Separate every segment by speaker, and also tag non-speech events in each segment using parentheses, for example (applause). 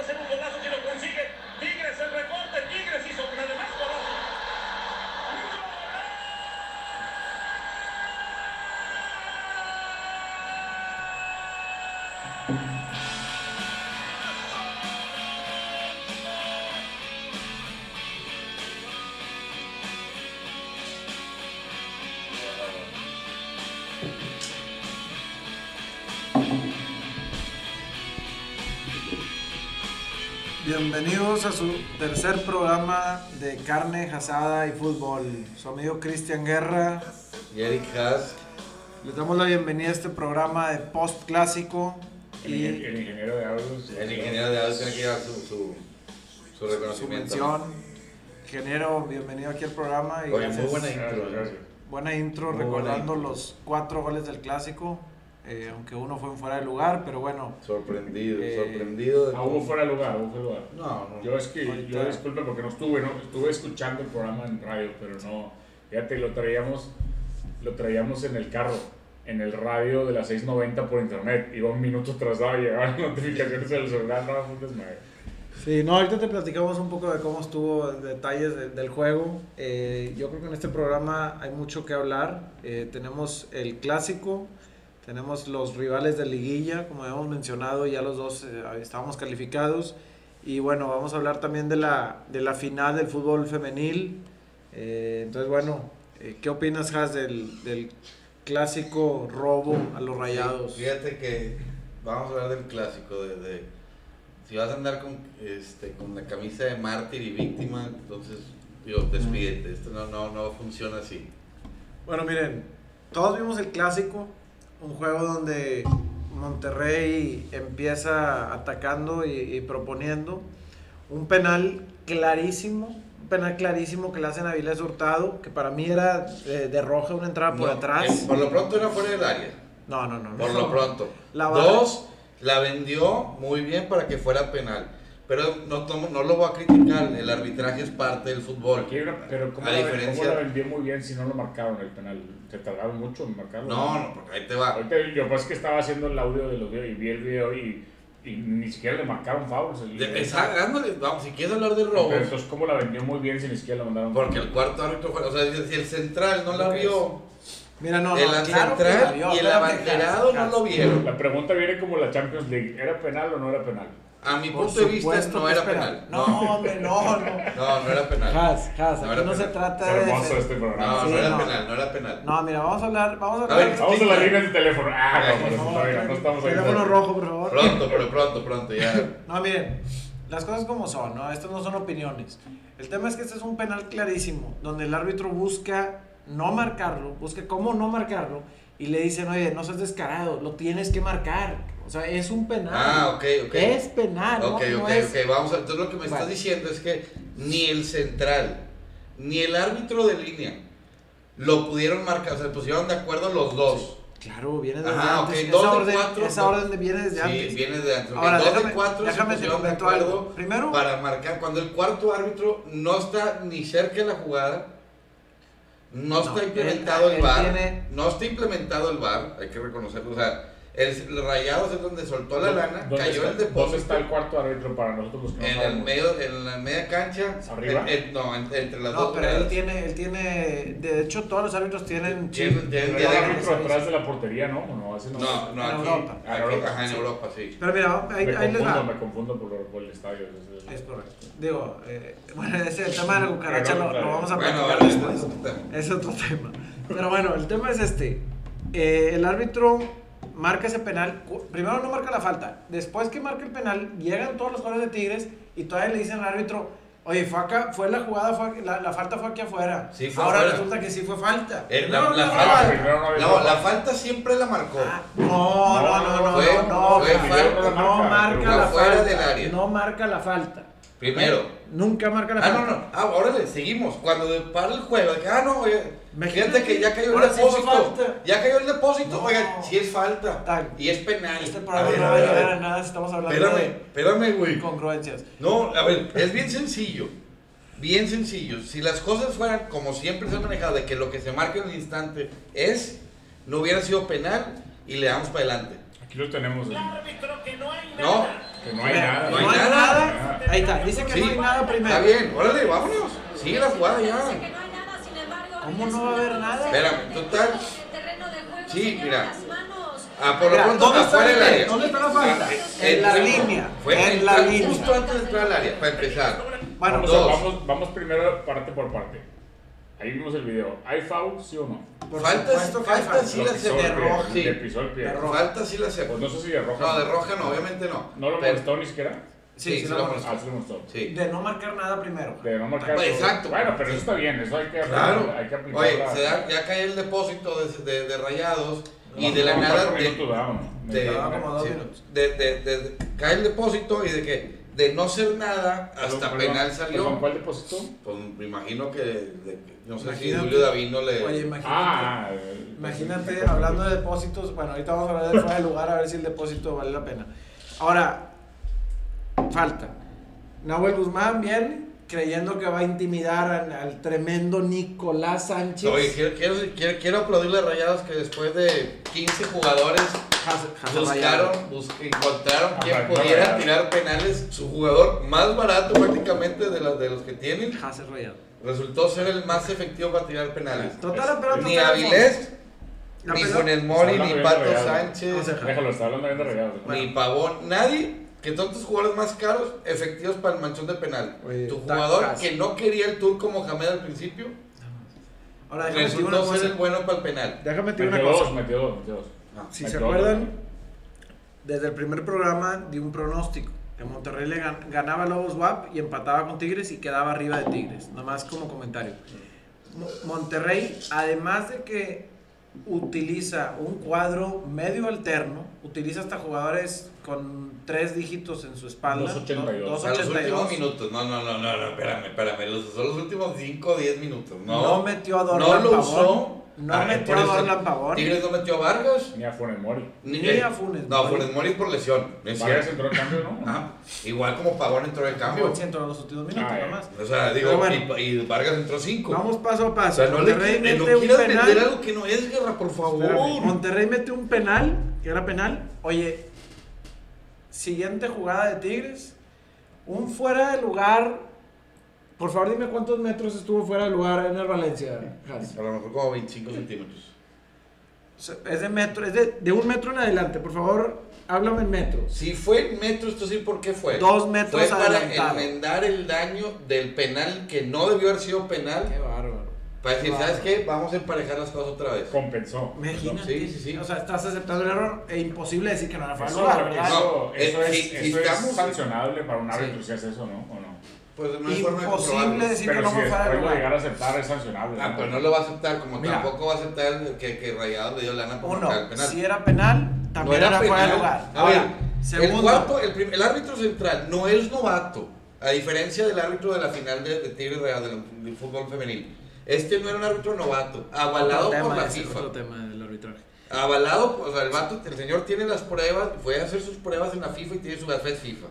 Speaker 1: hacer un golazo que lo consigue. Tigres el recorte, Tigres hizo un además golazo.
Speaker 2: Bienvenidos a su tercer programa de carne, asada y fútbol. Su amigo Cristian Guerra.
Speaker 3: Y Eric Haas.
Speaker 2: Les damos la bienvenida a este programa de post clásico.
Speaker 4: El,
Speaker 2: Y
Speaker 4: ingen- el ingeniero de Aurus.
Speaker 3: El ingeniero de audio tiene que llevar su, su, su
Speaker 2: su
Speaker 3: reconocimiento.
Speaker 2: mención. Ingeniero, bienvenido aquí al programa. Y
Speaker 3: Oye,
Speaker 2: gracias.
Speaker 3: muy buena
Speaker 4: Gracias,
Speaker 3: intro. ¿eh?
Speaker 4: gracias.
Speaker 2: Buena intro,
Speaker 3: Muy buena
Speaker 2: recordando
Speaker 3: intro.
Speaker 2: los cuatro goles del clásico. eh, aunque uno fue en fuera de lugar, pero bueno.
Speaker 3: Sorprendido,
Speaker 2: Eh,
Speaker 3: sorprendido. de
Speaker 4: Ah,
Speaker 3: cómo-
Speaker 4: hubo fuera de lugar, hubo fuera de lugar.
Speaker 3: No, no.
Speaker 4: Yo es que,
Speaker 2: Ahorita.
Speaker 4: yo disculpe porque no estuve, no, estuve escuchando el programa en radio, pero no, fíjate, lo traíamos, lo traíamos en el carro, en el radio de las 6.90 por internet, iba un minuto atrasado y llegaban notificaciones del celular, no, fue un desmadre.
Speaker 2: Sí, no, ahorita te platicamos un poco de cómo estuvo detalles de- del juego. Eh, yo creo que en este programa hay mucho que hablar. Eh, tenemos el clásico, tenemos los rivales de liguilla, como habíamos mencionado, ya los dos eh, estábamos calificados. Y bueno, vamos a hablar también de la, de la final del fútbol femenil. Eh, entonces, bueno, eh, ¿qué opinas, Has, del, del clásico robo a los rayados?
Speaker 3: Fíjate que vamos a hablar del clásico. De, de- si vas a andar con, este, con la camisa de mártir y víctima, entonces, digo, despídete. Esto no, no, no funciona así.
Speaker 2: Bueno, miren, todos vimos el clásico, un juego donde Monterrey empieza atacando y, y proponiendo un penal clarísimo, un penal clarísimo que le hacen a Vilés Hurtado, que para mí era eh, de roja una entrada por
Speaker 3: No, eh,
Speaker 2: atrás.
Speaker 3: por lo pronto era fuera del área.
Speaker 2: No, no, no. no.
Speaker 3: Por lo pronto.
Speaker 2: La barra-
Speaker 3: Dos, la vendió muy bien para que fuera penal. Pero no, tomo- no lo voy a criticar, el arbitraje es parte del fútbol.
Speaker 4: Aquí hay una- pero ¿cómo,
Speaker 3: A
Speaker 4: la,
Speaker 3: diferencia-
Speaker 4: cómo la vendió muy bien si no lo marcaron el penal? ¿Te tardaron mucho en marcarlo?
Speaker 3: No, no, porque ahí te va.
Speaker 4: Ahorita yo pues que estaba haciendo el audio del audio y vi el video y, y ni siquiera le marcaron fouls. el-
Speaker 3: De- esa- ándale, vamos, si quieres hablar de robo,
Speaker 4: Pero entonces, ¿cómo la vendió muy bien si ni siquiera la mandaron?
Speaker 3: porque el cuarto árbitro fue, o sea, si el central no la
Speaker 4: Creo que
Speaker 3: vio,
Speaker 2: Mira, no, no,
Speaker 3: el
Speaker 2: claro que la
Speaker 3: central
Speaker 2: vio,
Speaker 3: y el
Speaker 2: claro que
Speaker 3: abanderado
Speaker 2: la-
Speaker 3: no lo vieron.
Speaker 4: La pregunta viene como la Champions League. ¿Era penal o no era penal?
Speaker 3: A mi
Speaker 2: Por
Speaker 3: punto de vista
Speaker 2: supuesto
Speaker 3: no
Speaker 2: que
Speaker 3: era
Speaker 2: espera.
Speaker 3: penal.
Speaker 2: No,
Speaker 3: No,
Speaker 2: hombre, no,
Speaker 3: (laughs)
Speaker 2: no.
Speaker 3: no, no era penal.
Speaker 2: Has, Has,
Speaker 3: No
Speaker 2: aquí
Speaker 3: era
Speaker 2: no se
Speaker 3: penal.
Speaker 2: trata de...
Speaker 4: Hermoso este programa.
Speaker 3: No,
Speaker 2: Sí,
Speaker 3: no era
Speaker 2: no.
Speaker 3: penal, no era penal.
Speaker 2: No, mira, vamos a hablar, vamos a
Speaker 3: A
Speaker 2: hablar...
Speaker 3: ver,
Speaker 4: Vamos a la línea del teléfono. Ah, no, pero
Speaker 3: Pues,
Speaker 4: está bien, no estamos ahí.
Speaker 2: Teléfono rojo, por favor.
Speaker 3: Pronto, pero pronto, pronto, ya.
Speaker 2: No, miren, las cosas como son, ¿no? Estas no son opiniones. El tema es que este es un penal clarísimo, donde el árbitro busca no marcarlo, busca cómo no marcarlo, y le dicen, oye, no seas descarado, lo tienes que marcar. O sea, es un penal.
Speaker 3: Ah, ok, ok.
Speaker 2: Es penal, Ah, ¿no?
Speaker 3: Ok,
Speaker 2: No
Speaker 3: ok,
Speaker 2: es-
Speaker 3: ok. Vamos a, entonces lo que me estás
Speaker 2: Vale.
Speaker 3: diciendo es que ni el central, ni el árbitro de línea lo pudieron marcar. Se pusieron de acuerdo los dos.
Speaker 2: Claro, viene desde
Speaker 3: Ajá,
Speaker 2: antes.
Speaker 3: ok,
Speaker 2: Esa,
Speaker 3: dos de
Speaker 2: orden,
Speaker 3: cuatro,
Speaker 2: esa
Speaker 3: no.
Speaker 2: orden de- viene desde
Speaker 3: Sí,
Speaker 2: antes.
Speaker 3: viene de antes. Ok,
Speaker 2: Ahora,
Speaker 3: dos
Speaker 2: déjame-
Speaker 3: de cuatro
Speaker 2: déjame
Speaker 3: se
Speaker 2: te
Speaker 3: pusieron de
Speaker 2: comento
Speaker 3: acuerdo
Speaker 2: algo. Primero-
Speaker 3: para marcar. Cuando el cuarto árbitro no está ni cerca de la jugada. No,
Speaker 2: No,
Speaker 3: está
Speaker 2: él-
Speaker 3: implementado el
Speaker 2: él
Speaker 3: VAR.
Speaker 2: tiene-
Speaker 3: No está implementado el VAR, hay que reconocerlo. O sea, el, el Rayados es donde soltó la lana,
Speaker 4: ¿Dónde
Speaker 3: cayó
Speaker 4: está-
Speaker 3: el
Speaker 4: ¿Dónde
Speaker 3: depósito.
Speaker 4: está el cuarto árbitro para nosotros los que no
Speaker 3: En el
Speaker 4: sabemos?
Speaker 3: medio, en la media cancha.
Speaker 4: ¿Arriba?
Speaker 3: en- en- no, en- entre las
Speaker 2: No,
Speaker 3: dos.
Speaker 2: pero él
Speaker 3: gradas.
Speaker 2: tiene, él tiene, de hecho todos los árbitros tienen
Speaker 3: Tiene-
Speaker 2: chip.
Speaker 3: tiene-
Speaker 4: Pero
Speaker 3: tiene-
Speaker 4: el
Speaker 2: de-
Speaker 4: árbitro atrás de la portería, ¿no? No, ese no.
Speaker 3: No, no,
Speaker 2: en
Speaker 3: aquí.
Speaker 2: Europa.
Speaker 3: aquí,
Speaker 4: Ah, en Europa,
Speaker 3: ajá, en
Speaker 4: sí.
Speaker 3: Europa, sí.
Speaker 2: Pero mira, ahí,
Speaker 4: me
Speaker 2: ahí les
Speaker 4: confundo,
Speaker 2: va.
Speaker 4: me confundo por, por el estadio. ese es el-
Speaker 2: Es correcto. Digo, eh, bueno, ese el tema de la cucaracha
Speaker 4: Pero,
Speaker 2: lo, lo
Speaker 4: claro.
Speaker 2: vamos a
Speaker 3: Bueno,
Speaker 2: platicar
Speaker 3: vale,
Speaker 2: después.
Speaker 3: es otro tema.
Speaker 2: Es otro tema. Pero bueno, el tema es este. Eh, el árbitro marca ese penal. Cu- Primero no marca la falta. Después que marca el penal, llegan todos los jugadores de Tigres y todavía le dicen al árbitro, oye, fue acá, fue la jugada, fue aquí- la, la falta fue aquí afuera.
Speaker 3: Sí, fue
Speaker 2: Ahora
Speaker 3: afuera.
Speaker 2: resulta que sí fue falta.
Speaker 3: Eh, la-
Speaker 2: Primero
Speaker 3: la
Speaker 2: no fue
Speaker 3: falta-
Speaker 4: Ah, primero no había
Speaker 3: No, la falta siempre la marcó.
Speaker 2: Ah, No, no, no, no,
Speaker 3: Fue-
Speaker 2: no, no,
Speaker 3: fue
Speaker 2: no,
Speaker 3: falta.
Speaker 2: no marca
Speaker 4: Fue
Speaker 2: la
Speaker 3: fuera
Speaker 2: falta.
Speaker 3: del área.
Speaker 2: No marca la falta.
Speaker 3: Primero.
Speaker 2: Nunca marca la
Speaker 3: Ah,
Speaker 2: falta.
Speaker 3: no, no. Ah, órale, seguimos. Cuando de- para el juego, de que, ah, no, oye,
Speaker 2: Imagínate
Speaker 3: fíjate que ya cayó el
Speaker 2: ahora sí fue
Speaker 3: depósito.
Speaker 2: falta.
Speaker 3: Ya cayó el depósito.
Speaker 2: No.
Speaker 3: Oigan, si es falta.
Speaker 2: Tal.
Speaker 3: Y es penal.
Speaker 2: Este
Speaker 3: A
Speaker 2: programa
Speaker 3: ver,
Speaker 2: no
Speaker 3: a
Speaker 2: va a
Speaker 3: ver, a
Speaker 2: llegar a
Speaker 3: ver.
Speaker 2: nada si estamos hablando
Speaker 3: Espérame, espérame, güey.
Speaker 2: de congruencias.
Speaker 3: No, a ver, es bien sencillo. Bien sencillo. Si las cosas fueran como siempre se han manejado, de que lo que se marca en el instante es, no hubiera sido penal y le damos para adelante.
Speaker 4: Aquí lo tenemos.
Speaker 1: El
Speaker 4: en-
Speaker 1: árbitro que no hay
Speaker 3: No,
Speaker 1: nada.
Speaker 5: Que no hay nada.
Speaker 2: No hay nada. Ahí está. Dice que no
Speaker 3: Sí.
Speaker 2: hay nada primero.
Speaker 3: Está bien, órale, vámonos. Sigue la jugada
Speaker 6: Dice que
Speaker 3: ya.
Speaker 6: no hay nada, sin embargo,
Speaker 2: ¿Cómo no va a haber nada?
Speaker 3: Espérame, total.
Speaker 6: El terreno de juego
Speaker 3: Sí,
Speaker 6: se lleva
Speaker 3: mira.
Speaker 6: las manos.
Speaker 3: Ah, por lo
Speaker 2: Mira,
Speaker 3: pronto,
Speaker 2: ¿dónde está
Speaker 3: afuera
Speaker 2: el gol?
Speaker 3: del área.
Speaker 2: ¿Dónde está la falta?
Speaker 3: Ah, eh,
Speaker 2: En la
Speaker 3: fue-
Speaker 2: línea,
Speaker 3: Fue
Speaker 2: en la línea.
Speaker 3: justo antes de entrar al área, para
Speaker 2: Bueno,
Speaker 3: empezar.
Speaker 5: Vamos,
Speaker 3: Dos.
Speaker 5: a- vamos, vamos primero parte por parte. Ahí vimos el video. ¿Hay foul, sí o no?
Speaker 2: pues, por
Speaker 3: Faltas-
Speaker 2: supuesto que hay
Speaker 3: faltas
Speaker 2: falta.
Speaker 3: Sí,
Speaker 5: Lo
Speaker 3: la
Speaker 5: pisó
Speaker 3: se-
Speaker 5: el
Speaker 3: de
Speaker 5: pie,
Speaker 3: roja, sí.
Speaker 5: Le pisó el pie.
Speaker 2: De roja.
Speaker 3: Falta sí la
Speaker 5: Pues
Speaker 3: sacó.
Speaker 5: no sé si de roja.
Speaker 3: No, de roja no, obviamente no.
Speaker 5: ¿No lo
Speaker 3: Pero-
Speaker 5: molestó ni siquiera?
Speaker 2: Sí, sí,
Speaker 3: sí,
Speaker 2: lo
Speaker 3: lo
Speaker 2: molestó.
Speaker 5: Ah, sí lo molestó.
Speaker 3: Sí.
Speaker 2: De no marcar nada primero.
Speaker 5: De no marcar.
Speaker 3: Pues,
Speaker 5: todo.
Speaker 3: exacto.
Speaker 5: Bueno, pero eso está bien. Eso hay que
Speaker 3: Claro.
Speaker 5: hay que aplicar
Speaker 3: Oye,
Speaker 5: la-
Speaker 3: se da- ya cae el depósito de, de- de rayados y
Speaker 5: No,
Speaker 3: de la
Speaker 5: no,
Speaker 3: nada
Speaker 5: cuatro
Speaker 3: de-
Speaker 5: minutos, vámonos.
Speaker 3: de-
Speaker 2: Quedaba como dos
Speaker 3: sí,
Speaker 2: minutos.
Speaker 3: de- de- de- cae el depósito y de que de no ser nada hasta
Speaker 5: Perdón,
Speaker 3: penal
Speaker 5: perdón,
Speaker 3: salió.
Speaker 5: perdón, ¿Cuál depósito?
Speaker 3: Pues me imagino que de- no sé
Speaker 2: Imagínate.
Speaker 3: si Julio Davino le
Speaker 2: Oye, imagínate.
Speaker 5: Ah, el-
Speaker 2: Imagínate, hablando de depósitos, bueno, ahorita vamos a hablar de fuera de lugar, a ver si el depósito vale la pena. Ahora, falta. Nahuel Guzmán viene creyendo que va a intimidar al, al tremendo Nicolás Sánchez.
Speaker 3: Oye, quiero, quiero- quiero- quiero aplaudirle a Rayados que después de 15 jugadores
Speaker 2: Hace- hace rayado.
Speaker 3: buscaron, bus- encontraron
Speaker 5: Ajá,
Speaker 3: quien
Speaker 5: no,
Speaker 3: pudiera
Speaker 5: Rayados.
Speaker 3: tirar penales. Su jugador más barato prácticamente de, las de los que tienen
Speaker 2: Hace rayado.
Speaker 3: resultó ser el más efectivo para tirar penales.
Speaker 2: Total, la pelota
Speaker 3: Ni
Speaker 2: está en el fondo.
Speaker 3: Avilés,
Speaker 2: La
Speaker 3: ni
Speaker 2: pelota-
Speaker 3: Funes
Speaker 5: Está
Speaker 3: Mori,
Speaker 5: hablando
Speaker 3: ni
Speaker 5: bien
Speaker 3: Pato
Speaker 5: Rayados.
Speaker 2: O sea,
Speaker 3: Sánchez,
Speaker 5: Déjalo, está hablando bien de rayados.
Speaker 3: ni Pavón, nadie. Que tantos jugadores más caros efectivos para el manchón de penal.
Speaker 2: Oye,
Speaker 3: tu
Speaker 2: ta-
Speaker 3: jugador
Speaker 2: casi.
Speaker 3: que no quería el turco Mohamed al principio
Speaker 2: Ahora, déjame decir una
Speaker 3: resultó ser
Speaker 2: cosa.
Speaker 3: el bueno para el penal.
Speaker 2: Déjame decir una
Speaker 5: Metió dos,
Speaker 2: cosa.
Speaker 5: metió dos, metió dos.
Speaker 2: Si
Speaker 5: Me
Speaker 2: se
Speaker 5: quedó
Speaker 2: acuerdan,
Speaker 5: claro.
Speaker 2: desde el primer programa di un pronóstico. Que Monterrey le gan- ganaba a Lobos WAP y empataba con Tigres y quedaba arriba de Tigres. Nomás como comentario. Mo- Monterrey, además de que utiliza un cuadro medio alterno, utiliza hasta jugadores con tres dígitos en su espalda.
Speaker 5: 2.82.
Speaker 3: O sea, los
Speaker 2: 2.82.
Speaker 3: últimos minutos, no, no, no, no, no, espérame, espérame, los, son los últimos 5 o 10 minutos,
Speaker 2: No,
Speaker 3: no.
Speaker 2: metió a
Speaker 3: no
Speaker 2: Dorlan
Speaker 3: lo
Speaker 2: Pavón.
Speaker 3: usó.
Speaker 2: No
Speaker 3: Ah,
Speaker 2: metió
Speaker 3: por
Speaker 2: a
Speaker 3: eso
Speaker 2: Dorlan Pavón.
Speaker 3: Tigres no metió a Vargas.
Speaker 5: Ni a Funes Mori.
Speaker 2: Ni
Speaker 3: eh,
Speaker 2: a Funes
Speaker 3: No,
Speaker 2: Mori.
Speaker 3: Funes Mori por lesión. no es
Speaker 5: Vargas
Speaker 3: cierto.
Speaker 5: entró en cambio, ¿no?
Speaker 3: Ah, igual como Pavón entró en el cambio.
Speaker 2: 100% en los últimos minutos,
Speaker 5: Ah, eh.
Speaker 2: nomás.
Speaker 3: O sea, digo,
Speaker 2: Pero bueno.
Speaker 3: y, y Vargas entró 5.
Speaker 2: Vamos paso a
Speaker 3: o
Speaker 2: paso.
Speaker 3: sea, no le
Speaker 2: Monterrey
Speaker 3: eh, no
Speaker 2: mete un
Speaker 3: quieras meter
Speaker 2: penal.
Speaker 3: algo que no es guerra, por favor.
Speaker 2: Espérame, Monterrey mete un penal, que era penal. Oye, siguiente jugada de Tigres. Un fuera de lugar. Por favor, dime cuántos metros estuvo fuera de lugar en el Valencia, Hans.
Speaker 3: A lo mejor como 25 centímetros.
Speaker 2: Se- Es de metro, es de, de un metro en adelante. Por favor, háblame en metros.
Speaker 3: Si fue en metros, esto sí, ¿por qué fue?
Speaker 2: Dos metros
Speaker 3: Fue para
Speaker 2: adelantado.
Speaker 3: enmendar el daño del penal que no debió haber sido penal.
Speaker 2: Qué bárbaro.
Speaker 3: Para decir,
Speaker 2: Claro.
Speaker 3: ¿sabes qué? Vamos a emparejar las cosas otra vez.
Speaker 5: Compensó.
Speaker 2: Imagínate.
Speaker 3: Sí, sí, sí.
Speaker 2: O sea, estás aceptando el error e imposible decir que no era fuera de
Speaker 5: Eso,
Speaker 2: lugar, ¿verdad?
Speaker 3: no.
Speaker 5: eso, eso
Speaker 3: eh,
Speaker 5: es,
Speaker 3: si- si
Speaker 5: eso es
Speaker 3: estamos-
Speaker 5: sancionable para un árbitro
Speaker 3: Sí.
Speaker 5: si hace eso, ¿no? ¿O no?
Speaker 3: Pues no hay forma de
Speaker 2: Imposible
Speaker 3: comprobarlo.
Speaker 2: decir que
Speaker 5: Pero
Speaker 2: no
Speaker 5: si
Speaker 2: fue fuera de
Speaker 5: después lo
Speaker 2: lugar.
Speaker 5: llegara a aceptar es sancionable.
Speaker 3: Ah, pues no lo va a aceptar, como
Speaker 2: Mira.
Speaker 3: tampoco va a aceptar el que, que Rayados le dio lana por
Speaker 2: Uno,
Speaker 3: marcar el penal.
Speaker 2: si era penal, también era, fuera de lugar.
Speaker 3: A ver,
Speaker 2: Ahora, segundo,
Speaker 3: el, cuarto, el, prim- el árbitro central no es novato, a diferencia del árbitro de la final de, de Tigres Rayados del, del fútbol femenil. Este no era un árbitro novato, avalado
Speaker 2: Otro
Speaker 3: por
Speaker 2: tema
Speaker 3: la
Speaker 2: ese,
Speaker 3: FIFA.
Speaker 2: otro tema del arbitraje.
Speaker 3: Avalado, o sea, el vato, el señor tiene las pruebas, fue a hacer sus pruebas en la FIFA y tiene su gafet FIFA.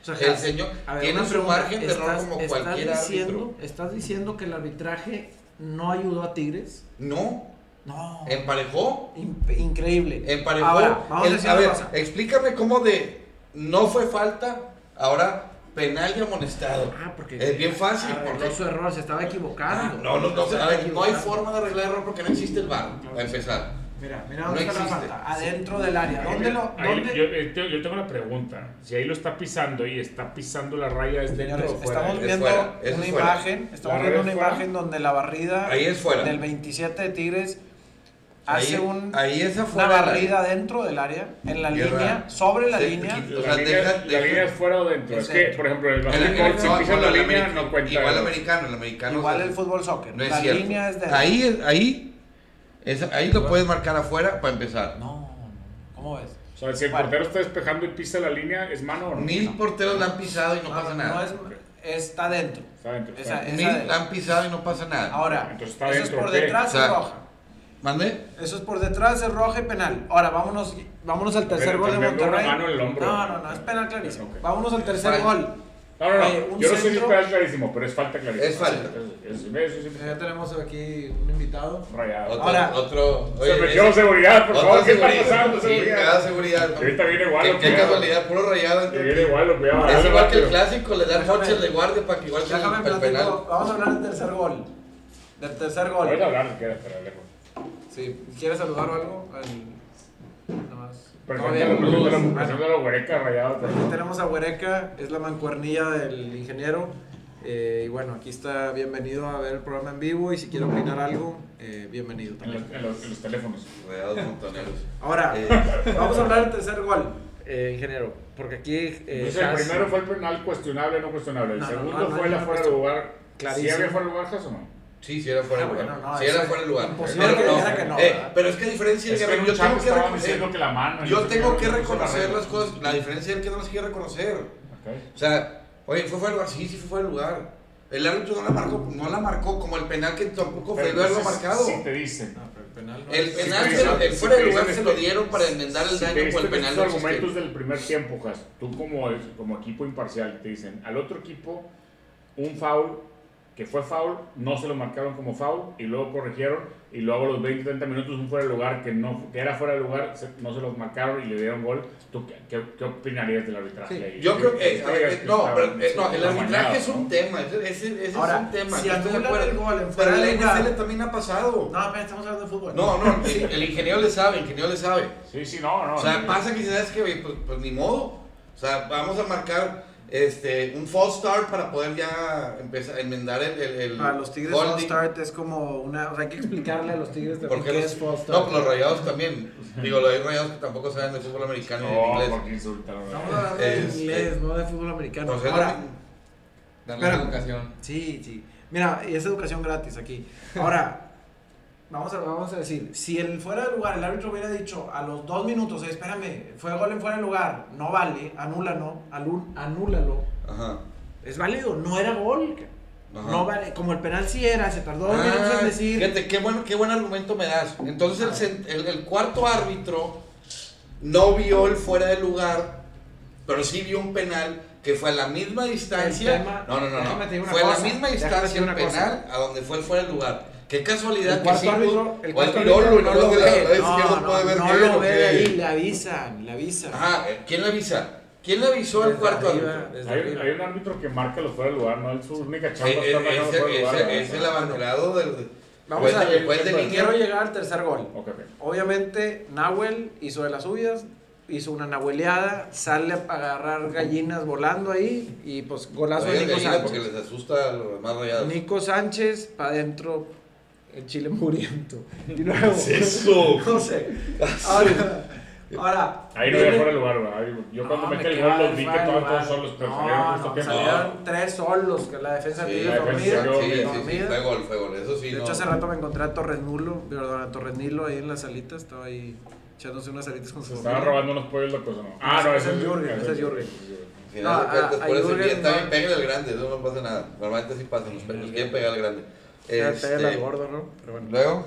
Speaker 2: O sea,
Speaker 3: El señor
Speaker 2: a ver,
Speaker 3: tiene
Speaker 2: una
Speaker 3: su
Speaker 2: pregunta,
Speaker 3: margen de error
Speaker 2: ¿estás-
Speaker 3: como
Speaker 2: estás
Speaker 3: cualquier
Speaker 2: diciendo,
Speaker 3: árbitro.
Speaker 2: ¿Estás diciendo que el arbitraje no ayudó a Tigres?
Speaker 3: No,
Speaker 2: No.
Speaker 3: emparejó.
Speaker 2: In- increíble.
Speaker 3: Emparejó.
Speaker 2: Ahora, vamos
Speaker 3: Em El-
Speaker 2: a decir
Speaker 3: a
Speaker 2: una
Speaker 3: ver, eh,
Speaker 2: cosa.
Speaker 3: explícame cómo de no fue falta, ahora penal y amonestado.
Speaker 2: Ah, porque
Speaker 3: es bien fácil,
Speaker 2: arregló
Speaker 3: porque- Ah,
Speaker 2: su error, se estaba equivocando.
Speaker 3: No, no, no,
Speaker 2: Se
Speaker 3: a
Speaker 2: estaba
Speaker 3: ver, no hay
Speaker 2: equivocando.
Speaker 3: forma de arreglar error porque no existe el bar, para empezar.
Speaker 2: Mira, mira
Speaker 3: No
Speaker 2: dónde está la
Speaker 3: existe.
Speaker 2: falta. Adentro del área. ¿Dónde lo.?
Speaker 4: Ahí,
Speaker 2: dónde-
Speaker 4: yo, eh, te- yo tengo una pregunta. Si ahí lo está pisando y está pisando la raya desde dentro
Speaker 2: Señores,
Speaker 4: o fuera.
Speaker 2: estamos
Speaker 3: es
Speaker 2: viendo
Speaker 3: fuera, eso
Speaker 2: una
Speaker 3: es fuera.
Speaker 2: imagen, estamos
Speaker 5: La
Speaker 2: viendo
Speaker 5: red
Speaker 2: una
Speaker 5: fuera.
Speaker 2: imagen donde la barrida
Speaker 3: Ahí es fuera.
Speaker 2: del 27 de Tigres
Speaker 3: Ahí-
Speaker 2: hace un-
Speaker 3: ahí es
Speaker 2: una
Speaker 3: afuera del área.
Speaker 2: barrida dentro del área, en la
Speaker 3: Y es
Speaker 2: línea,
Speaker 3: raro.
Speaker 2: sobre la
Speaker 3: Se-
Speaker 2: línea.
Speaker 3: o
Speaker 5: La,
Speaker 3: sea,
Speaker 5: línea,
Speaker 3: deja-
Speaker 5: la
Speaker 3: deja-
Speaker 5: línea es fuera o dentro. Es que,
Speaker 2: Exacto.
Speaker 5: por ejemplo, el
Speaker 3: El- el-
Speaker 5: básquetbol, si
Speaker 3: no,
Speaker 5: pisas
Speaker 3: no,
Speaker 5: la
Speaker 3: el
Speaker 5: línea,
Speaker 3: americano-
Speaker 5: no cuenta.
Speaker 3: Igual el americano, el americano.
Speaker 2: Igual
Speaker 3: es-
Speaker 2: el fútbol soccer,
Speaker 3: No es
Speaker 2: la
Speaker 3: cierto.
Speaker 2: línea es dentro.
Speaker 3: Ahí, es- ahí, es- ahí lo puedes marcar afuera para empezar.
Speaker 2: No, ¿cómo ves?
Speaker 5: O sea, si el
Speaker 2: Bueno.
Speaker 5: portero está despejando y pisa la línea, ¿es mano o no?
Speaker 3: Mil porteros la han pisado y no pasa nada.
Speaker 2: no es, está dentro.
Speaker 5: Está dentro. está
Speaker 2: Esa-
Speaker 5: dentro.
Speaker 2: es
Speaker 3: Mil
Speaker 2: adentro.
Speaker 3: la han pisado y no pasa nada.
Speaker 2: Ahora,
Speaker 5: Entonces
Speaker 2: eso
Speaker 5: está
Speaker 2: es
Speaker 5: dentro,
Speaker 2: por
Speaker 5: ¿qué?
Speaker 2: detrás
Speaker 3: O sea,
Speaker 2: es roja.
Speaker 3: ¿Mande?
Speaker 2: Eso es por detrás, es roja y penal. Ahora, vámonos, vámonos al tercer
Speaker 5: Pero
Speaker 2: gol de
Speaker 5: también veo una
Speaker 2: Monterrey.
Speaker 5: mano en el hombro.
Speaker 2: No, no, no, es penal clarísimo.
Speaker 5: Ok.
Speaker 2: Vámonos al tercer
Speaker 3: Vale.
Speaker 2: gol.
Speaker 4: No, no, no.
Speaker 2: Oye, un
Speaker 4: yo no sé si
Speaker 2: centro-
Speaker 4: está clarísimo, pero es falta clarísima.
Speaker 3: eh, Es falta.
Speaker 4: Es, es- es- es-
Speaker 2: Ya tenemos aquí un invitado.
Speaker 4: rayado.
Speaker 3: Otro,
Speaker 2: Ahora-
Speaker 3: otro.
Speaker 4: Se
Speaker 3: oye,
Speaker 4: metió
Speaker 3: ese-
Speaker 4: seguridad, por
Speaker 3: otra
Speaker 4: favor, ¿qué está
Speaker 3: seguridad.
Speaker 4: pasando?
Speaker 3: Sí,
Speaker 4: Seguridad.
Speaker 3: cada seguridad. ¿no?
Speaker 4: Ahorita viene igual,
Speaker 3: Qué-
Speaker 4: lo
Speaker 3: Qué
Speaker 4: cuidado.
Speaker 3: casualidad, puro rayado.
Speaker 4: Que
Speaker 3: entre-
Speaker 4: viene igual, lo cuidado.
Speaker 3: Es
Speaker 4: dale
Speaker 3: igual que el
Speaker 4: rápido.
Speaker 3: clásico, le dan
Speaker 2: Déjame-
Speaker 3: noches de guardia para que igual sea
Speaker 2: Déjame
Speaker 3: el
Speaker 2: platico.
Speaker 3: penal.
Speaker 2: Vamos a hablar del tercer gol. Del tercer gol.
Speaker 4: Ahorita hablamos, quédate, pero lejos.
Speaker 2: Sí. ¿Quieres saludar o algo? Al- nada más. Todo
Speaker 4: Preséntalo,
Speaker 2: bien.
Speaker 4: preséntalo,
Speaker 2: Bueno,
Speaker 4: preséntalo, Huereca, rayado. por
Speaker 2: Aquí
Speaker 4: favor.
Speaker 2: tenemos a Huereca, es la mancuernilla del ingeniero. Eh, y bueno, aquí está bienvenido a ver el programa en vivo y si quiere opinar algo, eh, bienvenido
Speaker 4: En
Speaker 2: también.
Speaker 4: los, en los- en los teléfonos.
Speaker 3: Rayados montoneros.
Speaker 2: Ahora,
Speaker 3: Eh,
Speaker 2: vamos a hablar del tercer gol, eh, ingeniero, porque aquí... eh,
Speaker 4: Entonces, el
Speaker 2: Haas-
Speaker 4: primero fue el penal cuestionable, no cuestionable. El
Speaker 2: No, no,
Speaker 4: segundo
Speaker 2: no, no,
Speaker 4: fue
Speaker 2: no,
Speaker 4: la
Speaker 2: no,
Speaker 4: fuera de
Speaker 2: cuestión-
Speaker 4: lugar. ¿Sí
Speaker 2: Clarísimo.
Speaker 4: había fuera de lugar, Jas, o no?
Speaker 3: Sí, si era fuera
Speaker 2: Ah,
Speaker 3: de lugar.
Speaker 2: bueno, no,
Speaker 3: si
Speaker 2: eso
Speaker 3: era
Speaker 2: es
Speaker 3: fuera de lugar.
Speaker 2: imposible
Speaker 3: Pero
Speaker 2: que
Speaker 3: no,
Speaker 2: dijera que no,
Speaker 3: eh,
Speaker 2: ¿verdad?
Speaker 3: pero es que a diferencia,
Speaker 4: Es que
Speaker 3: Gabriel,
Speaker 4: un
Speaker 3: yo
Speaker 4: chavo
Speaker 3: tengo que
Speaker 4: estaba
Speaker 3: reconocer,
Speaker 4: diciendo que la mano, y
Speaker 3: yo
Speaker 4: no sé
Speaker 3: tengo
Speaker 4: qué,
Speaker 3: que
Speaker 4: no sé
Speaker 3: reconocer
Speaker 4: la
Speaker 3: las cosas. La diferencia es que no nos quiere reconocer.
Speaker 4: Ok.
Speaker 3: O sea, oye, fue fuera de lugar. Sí, sí, fue fuera de lugar. El árbitro no la marcó, no la marcó como el penal que tampoco fue
Speaker 4: Pero
Speaker 3: de haberlo
Speaker 4: entonces,
Speaker 3: marcado.
Speaker 4: Si te dicen.
Speaker 2: No, pero el penal no
Speaker 3: El
Speaker 2: es-
Speaker 3: penal,
Speaker 4: te
Speaker 3: se lo-
Speaker 4: dicen-
Speaker 3: el
Speaker 4: si
Speaker 3: fuera
Speaker 4: te
Speaker 3: de
Speaker 4: dicen
Speaker 3: lugar se
Speaker 4: esto-
Speaker 3: lo dieron para enmendar el
Speaker 4: Si
Speaker 3: daño
Speaker 4: te
Speaker 3: por
Speaker 4: dicen
Speaker 3: el penal.
Speaker 4: Este, estos
Speaker 3: no
Speaker 4: argumentos
Speaker 3: existía.
Speaker 4: del primer tiempo, Jas, tú como, como equipo imparcial, te dicen, al otro equipo, un foul que fue foul, no se lo marcaron como foul y luego corrigieron y luego a los 20, 30 minutos un fuera de lugar que no que era fuera de lugar, se- no se los marcaron y le dieron gol. ¿Tú qué, qué, qué opinarías del arbitraje?
Speaker 2: Sí,
Speaker 4: ahí?
Speaker 3: Yo creo que,
Speaker 4: Sí,
Speaker 3: a ver,
Speaker 4: digas
Speaker 3: eh, no,
Speaker 4: estaba-
Speaker 3: pero, eh, no, el
Speaker 4: estaba
Speaker 3: arbitraje
Speaker 4: amañado,
Speaker 3: es un
Speaker 4: ¿no?
Speaker 3: tema, ese, ese- ese
Speaker 2: Ahora,
Speaker 3: es un tema.
Speaker 2: si
Speaker 3: yo estoy de
Speaker 2: anulan
Speaker 3: acuerdo.
Speaker 2: el gol en fuera
Speaker 3: pero
Speaker 2: de
Speaker 3: la
Speaker 2: lugar-
Speaker 3: NFL también ha pasado.
Speaker 2: No, espera, estamos hablando de fútbol.
Speaker 3: No, no, sí, el ingeniero le sabe, el ingeniero le sabe.
Speaker 4: Sí, sí, no, no.
Speaker 3: O sea,
Speaker 4: no.
Speaker 3: pasa que sabes que pues, pues, ni modo. O sea, vamos a marcar este un false start para poder ya empezar a enmendar el, el, el
Speaker 2: Para Ah, los Tigres
Speaker 3: holding.
Speaker 2: false start es como una... O sea, hay que explicarle a los Tigres de por
Speaker 3: Porque
Speaker 2: qué
Speaker 3: los,
Speaker 2: es false
Speaker 3: no,
Speaker 2: start.
Speaker 3: pues los rayados también. Digo, los rayados que tampoco saben de fútbol americano ni de
Speaker 4: No,
Speaker 3: inglés.
Speaker 4: porque insultaron.
Speaker 2: Estamos hablando de
Speaker 3: Este-
Speaker 2: inglés, no de fútbol americano.
Speaker 3: Pues es lo
Speaker 2: Ahora,
Speaker 3: mismo.
Speaker 7: Darle
Speaker 2: Pero-
Speaker 7: educación.
Speaker 2: Sí, sí. Mira, y es educación gratis aquí. Ahora, vamos a, vamos a decir, si el fuera de lugar, el árbitro hubiera dicho a los dos minutos, "Eh, espérame, fue gol en fuera de lugar, no vale, anúlalo, alú- anúlalo.
Speaker 3: Ajá.
Speaker 2: Es válido, no era gol. ca-
Speaker 3: Ajá.
Speaker 2: No vale, como el penal sí era, se tardó dos
Speaker 3: Ah,
Speaker 2: minutos en decir. Ah.
Speaker 3: Fíjate, qué buen, qué buen argumento me das. Entonces el, cen- el- el cuarto árbitro no vio el fuera de lugar, pero sí vio un penal que fue a la misma distancia.
Speaker 2: El tema-
Speaker 3: no, no, no.
Speaker 2: déjame
Speaker 3: no.
Speaker 2: te digo una
Speaker 3: Fue a la
Speaker 2: cosa,
Speaker 3: misma
Speaker 2: déjame te
Speaker 3: distancia
Speaker 2: digo
Speaker 3: el
Speaker 2: una cosa.
Speaker 3: penal a donde fue el fuera de lugar. Qué casualidad
Speaker 2: El
Speaker 3: que
Speaker 2: cuarto
Speaker 3: sí.
Speaker 2: árbitro,
Speaker 3: pudo-
Speaker 2: el
Speaker 3: o al
Speaker 2: cuarto
Speaker 3: Pirolo,
Speaker 2: árbitro no
Speaker 3: y
Speaker 2: lo
Speaker 3: luego de la- la
Speaker 2: ve,
Speaker 3: izquierda
Speaker 2: no,
Speaker 3: puede ver
Speaker 2: no, no
Speaker 3: bien,
Speaker 2: lo
Speaker 3: ¿o
Speaker 2: ve
Speaker 3: qué?
Speaker 2: de ahí, le avisan, le avisan.
Speaker 3: Ajá, eh, ¿quién le avisa? ¿Quién le avisó al
Speaker 2: Desde
Speaker 3: cuarto
Speaker 2: arriba,
Speaker 3: árbitro?
Speaker 2: desde
Speaker 4: Hay,
Speaker 2: arriba.
Speaker 4: hay un árbitro que marca los fuera de lugar, ¿no? Es su única chamba.
Speaker 3: Eh, eh,
Speaker 4: está marcando
Speaker 3: Es,
Speaker 4: fuera de
Speaker 3: el-
Speaker 4: lugar,
Speaker 3: es el-
Speaker 4: ¿verdad?
Speaker 3: es el abanderado del.
Speaker 2: Vamos a
Speaker 3: del
Speaker 2: ver,
Speaker 3: juez de línea.
Speaker 2: quiero llegar al tercer gol.
Speaker 4: Ok, ok.
Speaker 2: Obviamente, Nahuel hizo de las suyas, hizo una nahueleada, sale a agarrar gallinas volando ahí y pues golazo
Speaker 3: Oye,
Speaker 2: de Nico
Speaker 3: gallina, porque
Speaker 2: Sánchez.
Speaker 3: les asusta a los demás rayados.
Speaker 2: Nico Sánchez para adentro, el chile muriendo.
Speaker 3: (laughs)
Speaker 2: Y luego,
Speaker 3: eso?
Speaker 2: (laughs) no sé. Ahora, ahora
Speaker 4: Ahí no había
Speaker 2: viene-
Speaker 4: fuera de lugar, ¿verdad? Yo cuando
Speaker 2: No,
Speaker 4: metí
Speaker 2: me
Speaker 4: el
Speaker 2: queda
Speaker 4: gol los
Speaker 2: el
Speaker 4: vi que
Speaker 2: fuera de
Speaker 4: estaban
Speaker 2: lugar.
Speaker 4: todos solos, pero
Speaker 2: No,
Speaker 4: salieron justo
Speaker 2: no,
Speaker 4: tiempo.
Speaker 2: salieron tres solos, que la defensa de
Speaker 3: Sí,
Speaker 2: Tigres
Speaker 4: la defensa
Speaker 2: dormida.
Speaker 4: salió
Speaker 3: sí, sí, sí,
Speaker 2: dormida.
Speaker 3: fue gol, fue gol. Eso sí,
Speaker 2: De
Speaker 3: no.
Speaker 2: hecho, hace rato me encontré a Torres Nulo, perdón, a Torres Nilo ahí en la salita, estaba ahí echándose unas salitas con su
Speaker 4: Se estaban
Speaker 2: familia.
Speaker 4: robando unos pollos locos, ¿o ¿no? Ah, no,
Speaker 2: Ese
Speaker 4: ese
Speaker 2: es
Speaker 4: es
Speaker 2: Jürgen, ese es Jürgen.
Speaker 3: Al final de
Speaker 2: No,
Speaker 3: cuentas,
Speaker 2: a- a
Speaker 3: por eso
Speaker 2: Jürgen
Speaker 3: bien, también
Speaker 2: no.
Speaker 3: pégale al grande, eso no pasa nada. Normalmente sí pasa, nos, pe- nos quieren pegar al grande.
Speaker 2: Ya
Speaker 3: Este,
Speaker 2: pega la gordo, ¿no? Pero bueno.
Speaker 3: Luego,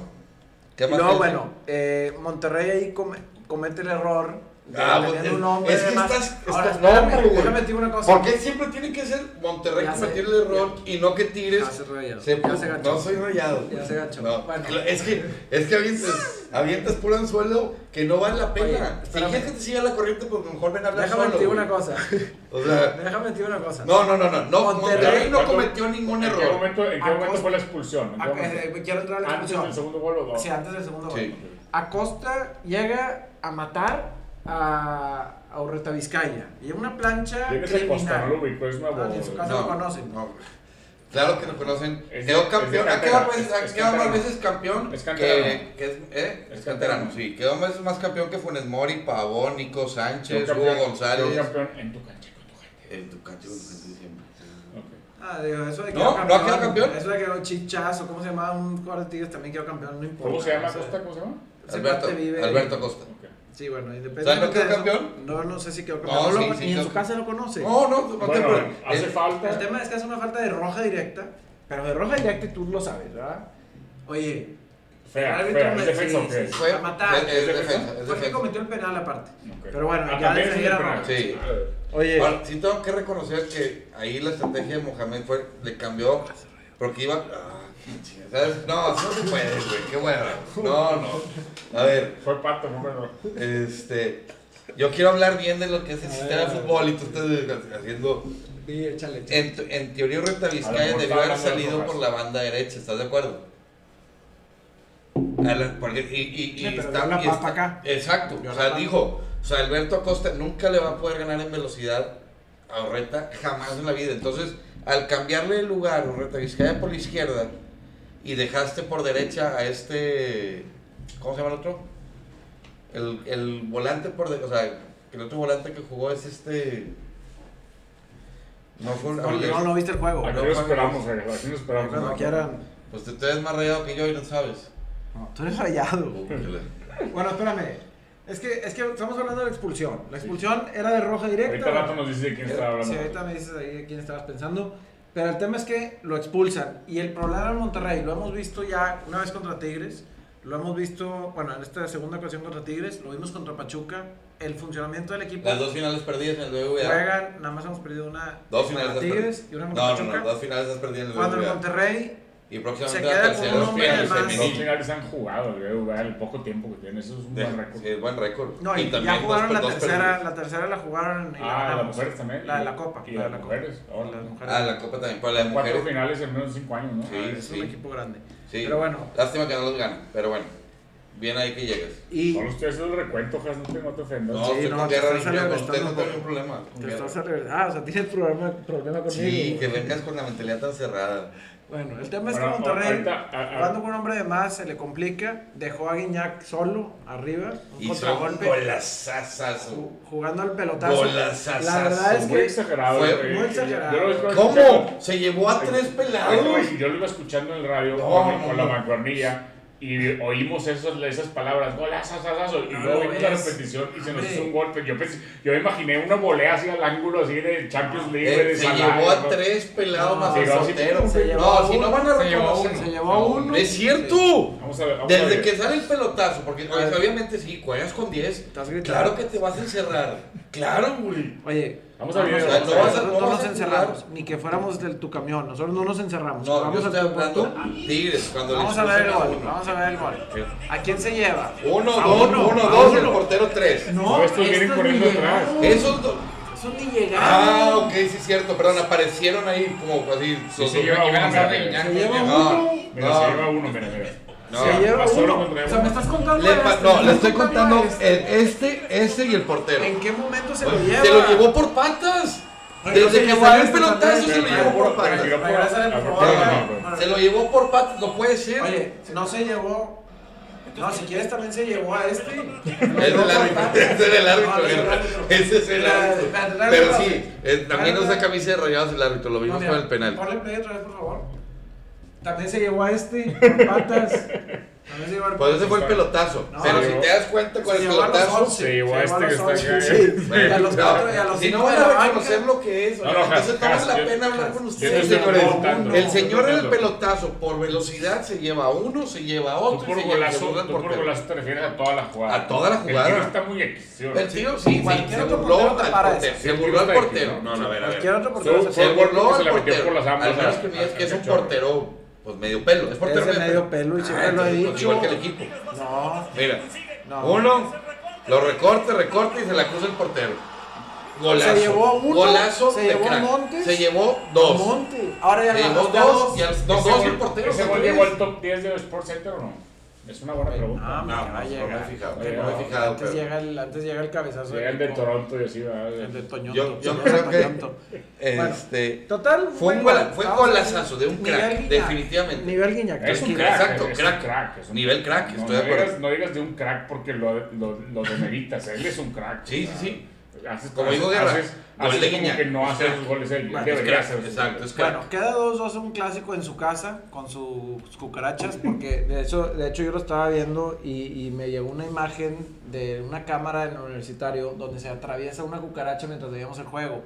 Speaker 3: ¿qué
Speaker 2: Y
Speaker 3: más?
Speaker 2: luego,
Speaker 3: tienes?
Speaker 2: bueno, eh, Monterrey ahí come- comete el error de
Speaker 3: Ah,
Speaker 2: tener
Speaker 3: pues,
Speaker 2: un hombre
Speaker 3: es
Speaker 2: de
Speaker 3: que
Speaker 2: más.
Speaker 3: estás-
Speaker 2: Ahora,
Speaker 3: estás-
Speaker 2: espérame,
Speaker 3: no, hombre, güey.
Speaker 2: déjame decir una cosa.
Speaker 3: ¿Por qué siempre tiene que ser Monterrey
Speaker 2: Ya
Speaker 3: cometer
Speaker 2: sé,
Speaker 3: el error y no que tires?
Speaker 2: Ya se rayado,
Speaker 3: Se-
Speaker 2: ya se
Speaker 3: no
Speaker 2: ganchó.
Speaker 3: soy rayado.
Speaker 2: Ya se ganchó.
Speaker 3: No,
Speaker 2: Bueno.
Speaker 3: cla- Es que, es que avientas, avientas puro anzuelo que no vale la pena.
Speaker 2: Oye,
Speaker 3: si
Speaker 2: espérame.
Speaker 3: quieres que te siga la corriente, pues mejor ven a hablar
Speaker 2: Déjame
Speaker 3: solo.
Speaker 2: decir una
Speaker 3: güey.
Speaker 2: cosa.
Speaker 3: O sea,
Speaker 2: Déjame decir una cosa.
Speaker 3: No, no, no, no. no
Speaker 2: Monterrey
Speaker 3: Monterrey no
Speaker 4: ¿cuándo-
Speaker 3: cometió ningún
Speaker 4: ¿En qué
Speaker 3: error.
Speaker 4: momento, en qué
Speaker 2: A
Speaker 4: momento
Speaker 2: costa-
Speaker 4: fue la expulsión? ¿En qué
Speaker 2: Ah, eh,
Speaker 4: momento?
Speaker 2: eh, quiero entrar a la
Speaker 4: ¿Antes del
Speaker 2: expulsión.
Speaker 4: segundo gol o no?
Speaker 2: Sí, antes del segundo gol.
Speaker 3: Sí.
Speaker 2: Acosta llega a matar a, a Urreta Vizcaya. Y una plancha
Speaker 4: ¿Quién es el Costa? No lo
Speaker 2: criminal.
Speaker 4: ubico, es nuevo.
Speaker 2: Ah, ni en su casa. no lo conocen.
Speaker 3: no. Claro que lo conocen.
Speaker 4: Es-
Speaker 3: quedó
Speaker 4: es
Speaker 3: campeón.
Speaker 4: de
Speaker 3: Ha quedado
Speaker 4: cantera,
Speaker 3: veces-
Speaker 4: es-
Speaker 3: ha
Speaker 4: es
Speaker 3: quedado más
Speaker 4: canterano.
Speaker 3: veces campeón.
Speaker 4: Es
Speaker 3: que,
Speaker 4: canterano.
Speaker 3: que es, ¿eh?
Speaker 4: Es
Speaker 3: es canterano,
Speaker 4: canterano.
Speaker 3: sí. Quedó más, más campeón que Funes Mori, Pavón, Nico
Speaker 4: Yo
Speaker 3: Sánchez,
Speaker 4: campeón-
Speaker 3: Hugo
Speaker 4: yo
Speaker 3: González.
Speaker 4: campeón en tu cancha, con tu gente.
Speaker 3: En tu cancha, con tu gente siempre.
Speaker 4: Ok.
Speaker 2: Ah, digo, eso de que
Speaker 3: No,
Speaker 2: quedó
Speaker 3: no ha quedado campeón.
Speaker 2: Eso de que quedó chichazo, ¿cómo se llama? Un jugador de Tigres también quedó campeón, no importa.
Speaker 4: ¿Cómo se llama
Speaker 2: o sea,
Speaker 4: Costa? ¿Cómo se llama?
Speaker 2: ese
Speaker 3: Alberto,
Speaker 2: cuate vive-
Speaker 3: Alberto Costa.
Speaker 4: Ok.
Speaker 2: Sí, bueno,
Speaker 3: ¿Sabes
Speaker 2: independientemente.
Speaker 3: no quedó
Speaker 2: de eso,
Speaker 3: campeón?
Speaker 2: No, no sé si quedó
Speaker 3: No,
Speaker 2: campeón. No, lo-
Speaker 3: sí, sí
Speaker 2: ni en
Speaker 3: quedó-
Speaker 2: su casa lo conoce.
Speaker 3: No, no, no, te-
Speaker 4: Bueno, hace
Speaker 3: eh,
Speaker 2: El este
Speaker 4: falta.
Speaker 2: tema es que hace una falta de roja directa, pero de roja directa y tú lo sabes, ¿verdad? Oye,
Speaker 5: Fea,
Speaker 2: El árbitro
Speaker 5: fea.
Speaker 2: me-
Speaker 5: ¿Es defensa
Speaker 2: sí,
Speaker 5: o qué?
Speaker 2: sí,
Speaker 3: Fue-
Speaker 2: a matar.
Speaker 3: fue- es
Speaker 2: Porque
Speaker 3: defensa, es defensa.
Speaker 2: cometió el penal aparte.
Speaker 5: Ok.
Speaker 2: Pero bueno, ya
Speaker 4: Ah, también es
Speaker 2: desde ahí era
Speaker 4: penal.
Speaker 2: roja.
Speaker 3: Sí.
Speaker 2: Oye,
Speaker 3: Ahora, sí tengo que reconocer que ahí la estrategia de Mohamed fue, le cambió porque iba. Ah, qué chingada, ¿sabes? No, así no se puede, güey. Qué bueno. No, no. A ver,
Speaker 4: Fue pato, fue pato.
Speaker 3: este. Yo quiero hablar bien de lo que es el
Speaker 2: A
Speaker 3: sistema de
Speaker 2: ver.
Speaker 3: fútbol y tú estás haciendo.
Speaker 2: sí, échale, échale.
Speaker 3: En, en teoría, Urreta
Speaker 4: A lo
Speaker 3: Vizcaya
Speaker 4: mejor
Speaker 3: debió
Speaker 4: estaba
Speaker 3: haber
Speaker 4: hablando de
Speaker 3: salido
Speaker 4: Rojas.
Speaker 3: por la banda derecha, ¿estás de acuerdo? A la- porque- y, y- y
Speaker 2: Sí, pero
Speaker 3: está-
Speaker 2: dio la
Speaker 3: y
Speaker 2: papa
Speaker 3: está-
Speaker 2: acá.
Speaker 3: Exacto,
Speaker 2: Dio
Speaker 3: o
Speaker 2: la
Speaker 3: sea,
Speaker 2: papa.
Speaker 3: dijo, o sea, Alberto Acosta nunca le va a poder ganar en velocidad a Urreta, jamás en la vida. Entonces, al cambiarle el lugar, Urreta Vizcaya por la izquierda, y dejaste por derecha a este, ¿cómo se llama el otro? El, el volante por de- o sea, el otro volante que jugó es este... No fue un...
Speaker 2: No, no, no viste el juego.
Speaker 4: Aquí
Speaker 3: no,
Speaker 4: lo
Speaker 3: no,
Speaker 4: esperamos, eh, aquí lo
Speaker 2: Pero
Speaker 4: esperamos.
Speaker 2: Cuando quieran.
Speaker 3: Pues tú eres más rayado que yo y no sabes.
Speaker 2: No, tú eres rayado.
Speaker 3: Pero
Speaker 2: Bueno, espérame. Es que, es que estamos hablando de la expulsión. La expulsión era de roja directa.
Speaker 4: Ahorita rato nos dice de quién está hablando.
Speaker 2: Sí, ahorita me dices ahí de quién estabas pensando. Pero el tema es que lo expulsan. Y el problema en Monterrey, lo hemos visto ya una vez contra Tigres. Lo hemos visto, bueno, en esta segunda ocasión contra Tigres. Lo vimos contra Pachuca. El funcionamiento del equipo.
Speaker 3: Las dos finales perdidas en el BBVA.
Speaker 2: juegan, nada más hemos perdido una
Speaker 3: Dos
Speaker 2: contra
Speaker 3: finales has
Speaker 2: Tigres y
Speaker 3: perdido.
Speaker 2: una contra
Speaker 3: No, no,
Speaker 2: Pachuca.
Speaker 3: no, dos finales has perdido en el
Speaker 2: Cuando el
Speaker 3: BBVA.
Speaker 2: Monterrey
Speaker 3: Y
Speaker 2: se
Speaker 3: próximamente la
Speaker 2: queda con
Speaker 3: tercera.
Speaker 2: un
Speaker 4: Dos
Speaker 2: hombre de
Speaker 4: finales,
Speaker 2: más.
Speaker 4: dos
Speaker 3: femenil.
Speaker 4: finales han jugado, güey, güey, el poco tiempo que tienen, eso es un buen récord.
Speaker 3: Sí, es buen récord.
Speaker 2: No, y, ya
Speaker 3: también
Speaker 2: jugaron
Speaker 3: dos-
Speaker 2: la
Speaker 3: dos
Speaker 2: tercera,
Speaker 3: perdidas.
Speaker 2: la tercera la jugaron y la
Speaker 4: Ah, las
Speaker 2: ganamos.
Speaker 4: mujeres también.
Speaker 2: La de
Speaker 4: Y-
Speaker 2: la Copa.
Speaker 4: y
Speaker 2: la de
Speaker 4: las
Speaker 2: la
Speaker 4: mujeres,
Speaker 2: Copa.
Speaker 4: ahora.
Speaker 2: La de las mujeres.
Speaker 3: Ah, la copa también, pero la de
Speaker 4: Cuatro
Speaker 3: mujeres.
Speaker 4: finales en menos de cinco años, ¿no?
Speaker 3: Sí,
Speaker 2: Ah, es
Speaker 3: sí.
Speaker 2: un equipo grande.
Speaker 3: Sí.
Speaker 2: Pero bueno.
Speaker 3: Lástima que no los ganan, pero bueno. Bien ahí que llegas.
Speaker 2: Y
Speaker 4: Solo estoy haciendo el recuento, Jas, no te, no te ofendas.
Speaker 3: No,
Speaker 2: Sí,
Speaker 3: estoy
Speaker 2: no,
Speaker 3: con
Speaker 2: te
Speaker 3: guerra
Speaker 2: estás
Speaker 3: limpia, con usted
Speaker 2: alentando
Speaker 3: no
Speaker 2: un
Speaker 3: tengo
Speaker 2: poco.
Speaker 3: ningún problema. con
Speaker 2: te
Speaker 3: guerra.
Speaker 2: estás arreglando. Ah, o sea, tienes problema, problema conmigo.
Speaker 3: Sí, que
Speaker 2: güey.
Speaker 3: vengas con la mentalidad tan cerrada.
Speaker 2: Bueno, el tema es que
Speaker 4: Bueno,
Speaker 2: Monterrey,
Speaker 4: ahorita, a- a-
Speaker 2: jugando con un hombre de más, se le complica. Dejó a Guiñac solo, arriba. Un
Speaker 3: Hizo un
Speaker 2: contragolpe.
Speaker 3: golazazazo.
Speaker 2: ju- Jugando al pelotazo.
Speaker 3: Golazazazo.
Speaker 2: La verdad es
Speaker 4: Muy
Speaker 2: que
Speaker 4: exagerado,
Speaker 3: Fue
Speaker 4: güey.
Speaker 2: muy
Speaker 4: Yo-
Speaker 2: exagerado.
Speaker 4: yo lo iba
Speaker 3: ¿Cómo?
Speaker 4: escuchando-
Speaker 3: Se llevó a tres pelados.
Speaker 4: Yo lo iba escuchando en el radio
Speaker 3: No,
Speaker 4: con,
Speaker 3: no,
Speaker 4: con la
Speaker 3: no.
Speaker 4: mancuernilla y oímos esas, esas palabras, golazo, golazo, y
Speaker 2: No
Speaker 4: luego
Speaker 2: lo
Speaker 4: vimos la
Speaker 2: ves.
Speaker 4: repetición y se nos
Speaker 2: Hombre.
Speaker 4: hizo un golpe. Yo pensé, yo imaginé una volea así al ángulo, así de Champions League, güey,
Speaker 3: Eh,
Speaker 4: de
Speaker 3: se
Speaker 4: Salah,
Speaker 3: llevó a
Speaker 4: ¿no?
Speaker 3: tres pelados
Speaker 2: No,
Speaker 3: más el
Speaker 4: pero sí,
Speaker 3: soltero.
Speaker 2: se llevó a
Speaker 3: No, si
Speaker 2: uno,
Speaker 3: no van a
Speaker 4: se llevó a
Speaker 3: reconocer.
Speaker 4: uno.
Speaker 2: se llevó a uno.
Speaker 3: Es cierto.
Speaker 4: Vamos a ver, vamos a
Speaker 3: Desde
Speaker 4: ver.
Speaker 3: que sale el pelotazo, porque
Speaker 2: A ver.
Speaker 3: obviamente sí, juegas con 10.
Speaker 2: Estás gritando.
Speaker 3: Claro que te vas a encerrar. Claro, güey.
Speaker 2: Oye,
Speaker 4: Vamos al video,
Speaker 2: nosotros
Speaker 4: vamos al
Speaker 3: video.
Speaker 2: no
Speaker 3: Vamos
Speaker 2: nos
Speaker 3: a
Speaker 2: encerramos,
Speaker 3: jugar.
Speaker 2: ni que fuéramos del tu camión, nosotros no nos encerramos.
Speaker 3: No,
Speaker 2: vamos
Speaker 3: yo estoy
Speaker 2: al tu
Speaker 3: hablando
Speaker 2: punto.
Speaker 3: Tigres cuando
Speaker 2: Vamos
Speaker 3: le
Speaker 2: a ver el
Speaker 3: expulsan
Speaker 2: gol, vamos a ver el gol. ¿A quién se lleva?
Speaker 3: uno.
Speaker 2: A
Speaker 3: Uno, dos, uno,
Speaker 2: a
Speaker 3: dos, el
Speaker 2: uno.
Speaker 3: portero tres.
Speaker 2: No,
Speaker 4: No, estos vienen
Speaker 2: ni
Speaker 4: corriendo
Speaker 2: llegaron.
Speaker 4: atrás.
Speaker 3: Esos dos.
Speaker 2: Son ni llegaron.
Speaker 3: Ah, ok, sí es cierto, perdón, aparecieron ahí como así.
Speaker 4: Sí,
Speaker 3: los
Speaker 4: se
Speaker 3: dos.
Speaker 4: lleva
Speaker 8: Iban a
Speaker 4: uno,
Speaker 8: estar
Speaker 4: mira,
Speaker 8: de
Speaker 4: mira.
Speaker 8: Guiñac.
Speaker 2: Se lleva
Speaker 3: No,
Speaker 2: uno.
Speaker 4: Mira,
Speaker 3: No.
Speaker 4: se lleva uno, mira, mira.
Speaker 3: No.
Speaker 2: se lleva
Speaker 4: Más uno
Speaker 2: uno.
Speaker 4: contra
Speaker 2: O sea,
Speaker 4: uno.
Speaker 2: me estás contando.
Speaker 3: Le
Speaker 2: este,
Speaker 3: pa-
Speaker 2: me
Speaker 3: no,
Speaker 2: estás
Speaker 3: le estoy
Speaker 2: contando
Speaker 3: contando
Speaker 2: este.
Speaker 3: el- este, ese y el portero.
Speaker 2: ¿En qué momento se lo
Speaker 3: Bueno,
Speaker 2: lleva?
Speaker 3: Se lo llevó por patas.
Speaker 2: Bueno,
Speaker 3: Desde
Speaker 2: sí,
Speaker 3: que
Speaker 2: sí,
Speaker 3: salió
Speaker 2: sí,
Speaker 3: el pelotazo
Speaker 2: sí,
Speaker 3: se lo
Speaker 2: sí,
Speaker 3: llevó
Speaker 2: sí,
Speaker 3: por
Speaker 2: sí,
Speaker 3: patas.
Speaker 2: sí,
Speaker 4: Pero-
Speaker 2: Regrésale, por
Speaker 4: pero-
Speaker 2: favor.
Speaker 4: pero-
Speaker 2: Bueno,
Speaker 3: Se lo llevó por patas, no puede ser.
Speaker 2: Ah. Oye, no se llevó. No, si quieres también se llevó a este.
Speaker 3: Es el árbitro, es el árbitro,
Speaker 2: No, es el
Speaker 3: guerra.
Speaker 2: árbitro.
Speaker 3: ese es el
Speaker 2: La-
Speaker 3: árbitro.
Speaker 2: la- la- la-
Speaker 3: Pero
Speaker 2: la-
Speaker 3: sí, eh, también
Speaker 2: la-
Speaker 3: usa
Speaker 2: la-
Speaker 3: camisa de rayados el árbitro, lo vimos
Speaker 2: No, mira,
Speaker 3: con el penal.
Speaker 2: Ponle play otra vez, por favor. También se llevó a este, por patas. También se llevó al
Speaker 3: Pues ese fue el pelotazo.
Speaker 2: No,
Speaker 3: Pero
Speaker 2: se
Speaker 3: si
Speaker 4: llevó-
Speaker 3: te das cuenta con
Speaker 2: Se
Speaker 3: el
Speaker 2: llevó a los
Speaker 3: pelotazo.
Speaker 2: once,
Speaker 4: se llevó a
Speaker 2: se
Speaker 4: este
Speaker 2: los
Speaker 4: que está
Speaker 2: once,
Speaker 4: acá.
Speaker 2: sí, Y a los
Speaker 3: no,
Speaker 2: cuatro y a los
Speaker 3: si no
Speaker 2: cinco
Speaker 3: van
Speaker 2: de la
Speaker 3: a
Speaker 2: banca.
Speaker 3: reconocer lo que es,
Speaker 4: No,
Speaker 3: oigan,
Speaker 4: no, Jas,
Speaker 3: entonces tomen
Speaker 4: Jas,
Speaker 3: la
Speaker 4: yo-
Speaker 3: pena hablar
Speaker 2: Jas,
Speaker 3: con
Speaker 2: yo
Speaker 3: ustedes,
Speaker 4: estoy
Speaker 3: señores.
Speaker 4: preguntando.
Speaker 3: El señor del
Speaker 4: Preguntando.
Speaker 3: pelotazo, por velocidad, se lleva a uno, se lleva a
Speaker 4: Tú
Speaker 3: otro. y
Speaker 4: por
Speaker 3: se lleva- se
Speaker 4: golazo,
Speaker 3: burla
Speaker 4: tú por
Speaker 3: portero.
Speaker 4: golazo te refieres a toda la jugada.
Speaker 3: A toda la jugada.
Speaker 4: El tiro está muy X, ¿sí o no?
Speaker 3: El tío sí, sí,
Speaker 2: Cualquier
Speaker 3: se
Speaker 2: otro
Speaker 3: burló
Speaker 2: portero te
Speaker 3: al
Speaker 2: para
Speaker 3: portero.
Speaker 2: eso.
Speaker 3: Se burló al
Speaker 4: Sí, sí,
Speaker 3: portero.
Speaker 4: sí.
Speaker 3: No, no, a ver, a
Speaker 2: Cualquier
Speaker 3: ver.
Speaker 2: otro
Speaker 4: Tú-
Speaker 2: portero se
Speaker 3: Se
Speaker 4: Fue
Speaker 2: puede.
Speaker 4: el portero
Speaker 3: burló
Speaker 4: que se
Speaker 3: al
Speaker 4: la metió
Speaker 3: portero.
Speaker 4: por las ambas,
Speaker 3: Al menos
Speaker 4: a-
Speaker 3: que me digas
Speaker 4: a-
Speaker 3: que es
Speaker 4: a
Speaker 3: un
Speaker 4: Cachorro.
Speaker 3: portero, pues medio pelo. Es portero
Speaker 2: Es de medio pelo y siempre lo he
Speaker 3: entonces, pues,
Speaker 2: dicho.
Speaker 3: Igual que el equipo.
Speaker 2: No,
Speaker 3: Mira,
Speaker 2: no.
Speaker 3: uno, lo recorta, recorta y se la cruza el portero. Golazo.
Speaker 2: Se llevó uno,
Speaker 3: Golazo
Speaker 2: se
Speaker 3: de
Speaker 2: llevó
Speaker 3: crack.
Speaker 2: Montes.
Speaker 3: Se llevó dos.
Speaker 2: Monte. Ahora ya
Speaker 3: Se llevó
Speaker 2: ganaste a
Speaker 3: dos. Y al, no,
Speaker 4: ¿Ese
Speaker 3: dos
Speaker 4: gol-
Speaker 3: el portero.
Speaker 4: ¿Ese
Speaker 3: ¿no
Speaker 4: gol
Speaker 3: crees?
Speaker 4: llegó al top 10 de Sport Center o no? Es una buena pregunta.
Speaker 2: Ah,
Speaker 3: No,
Speaker 2: me va a
Speaker 3: no, no me he
Speaker 2: llegar.
Speaker 3: fijado.
Speaker 4: Oye,
Speaker 3: No me he
Speaker 4: no,
Speaker 3: fijado,
Speaker 2: Antes
Speaker 3: pero.
Speaker 2: llega el, antes llega el cabezazo.
Speaker 4: Llega el de
Speaker 2: del equipo.
Speaker 4: Toronto y así, ¿verdad?
Speaker 2: El de Toñonto.
Speaker 3: Yo- yo
Speaker 2: señor
Speaker 3: creo que-
Speaker 2: Toñonto. Bueno,
Speaker 3: Este.
Speaker 2: Total,
Speaker 3: Fue un
Speaker 2: buen
Speaker 3: gola- fue un
Speaker 2: Vamos a ver.
Speaker 3: golazazo de un
Speaker 2: Nivel
Speaker 3: crack,
Speaker 2: Guiñac.
Speaker 3: definitivamente.
Speaker 2: Nivel Guiñac.
Speaker 4: Es un
Speaker 2: tranquilo.
Speaker 4: crack,
Speaker 3: Exacto,
Speaker 4: es
Speaker 3: crack.
Speaker 4: un crack. es un
Speaker 3: Nivel crack,
Speaker 4: No,
Speaker 3: estoy
Speaker 4: no
Speaker 3: de acuerdo.
Speaker 4: Digas, no digas de un crack porque lo, lo, lo demeritas, él es un crack.
Speaker 3: Sí,
Speaker 4: o sea,
Speaker 3: sí, sí.
Speaker 4: Haces,
Speaker 3: Como
Speaker 4: haces-
Speaker 3: digo Guerra,
Speaker 4: haces,
Speaker 3: gol
Speaker 4: haces
Speaker 3: de
Speaker 4: como
Speaker 3: Guiñac.
Speaker 4: que no hace
Speaker 3: Crack.
Speaker 4: los goles él,
Speaker 3: Bueno,
Speaker 4: debería
Speaker 3: es crack,
Speaker 4: hacer sus
Speaker 3: Exacto,
Speaker 4: goles.
Speaker 3: es crack.
Speaker 2: Bueno, queda 2-2 un clásico en su casa con sus cucarachas, porque de eso, de hecho yo lo estaba viendo y, y me llegó una imagen de una cámara en el universitario donde se atraviesa una cucaracha mientras veíamos el juego.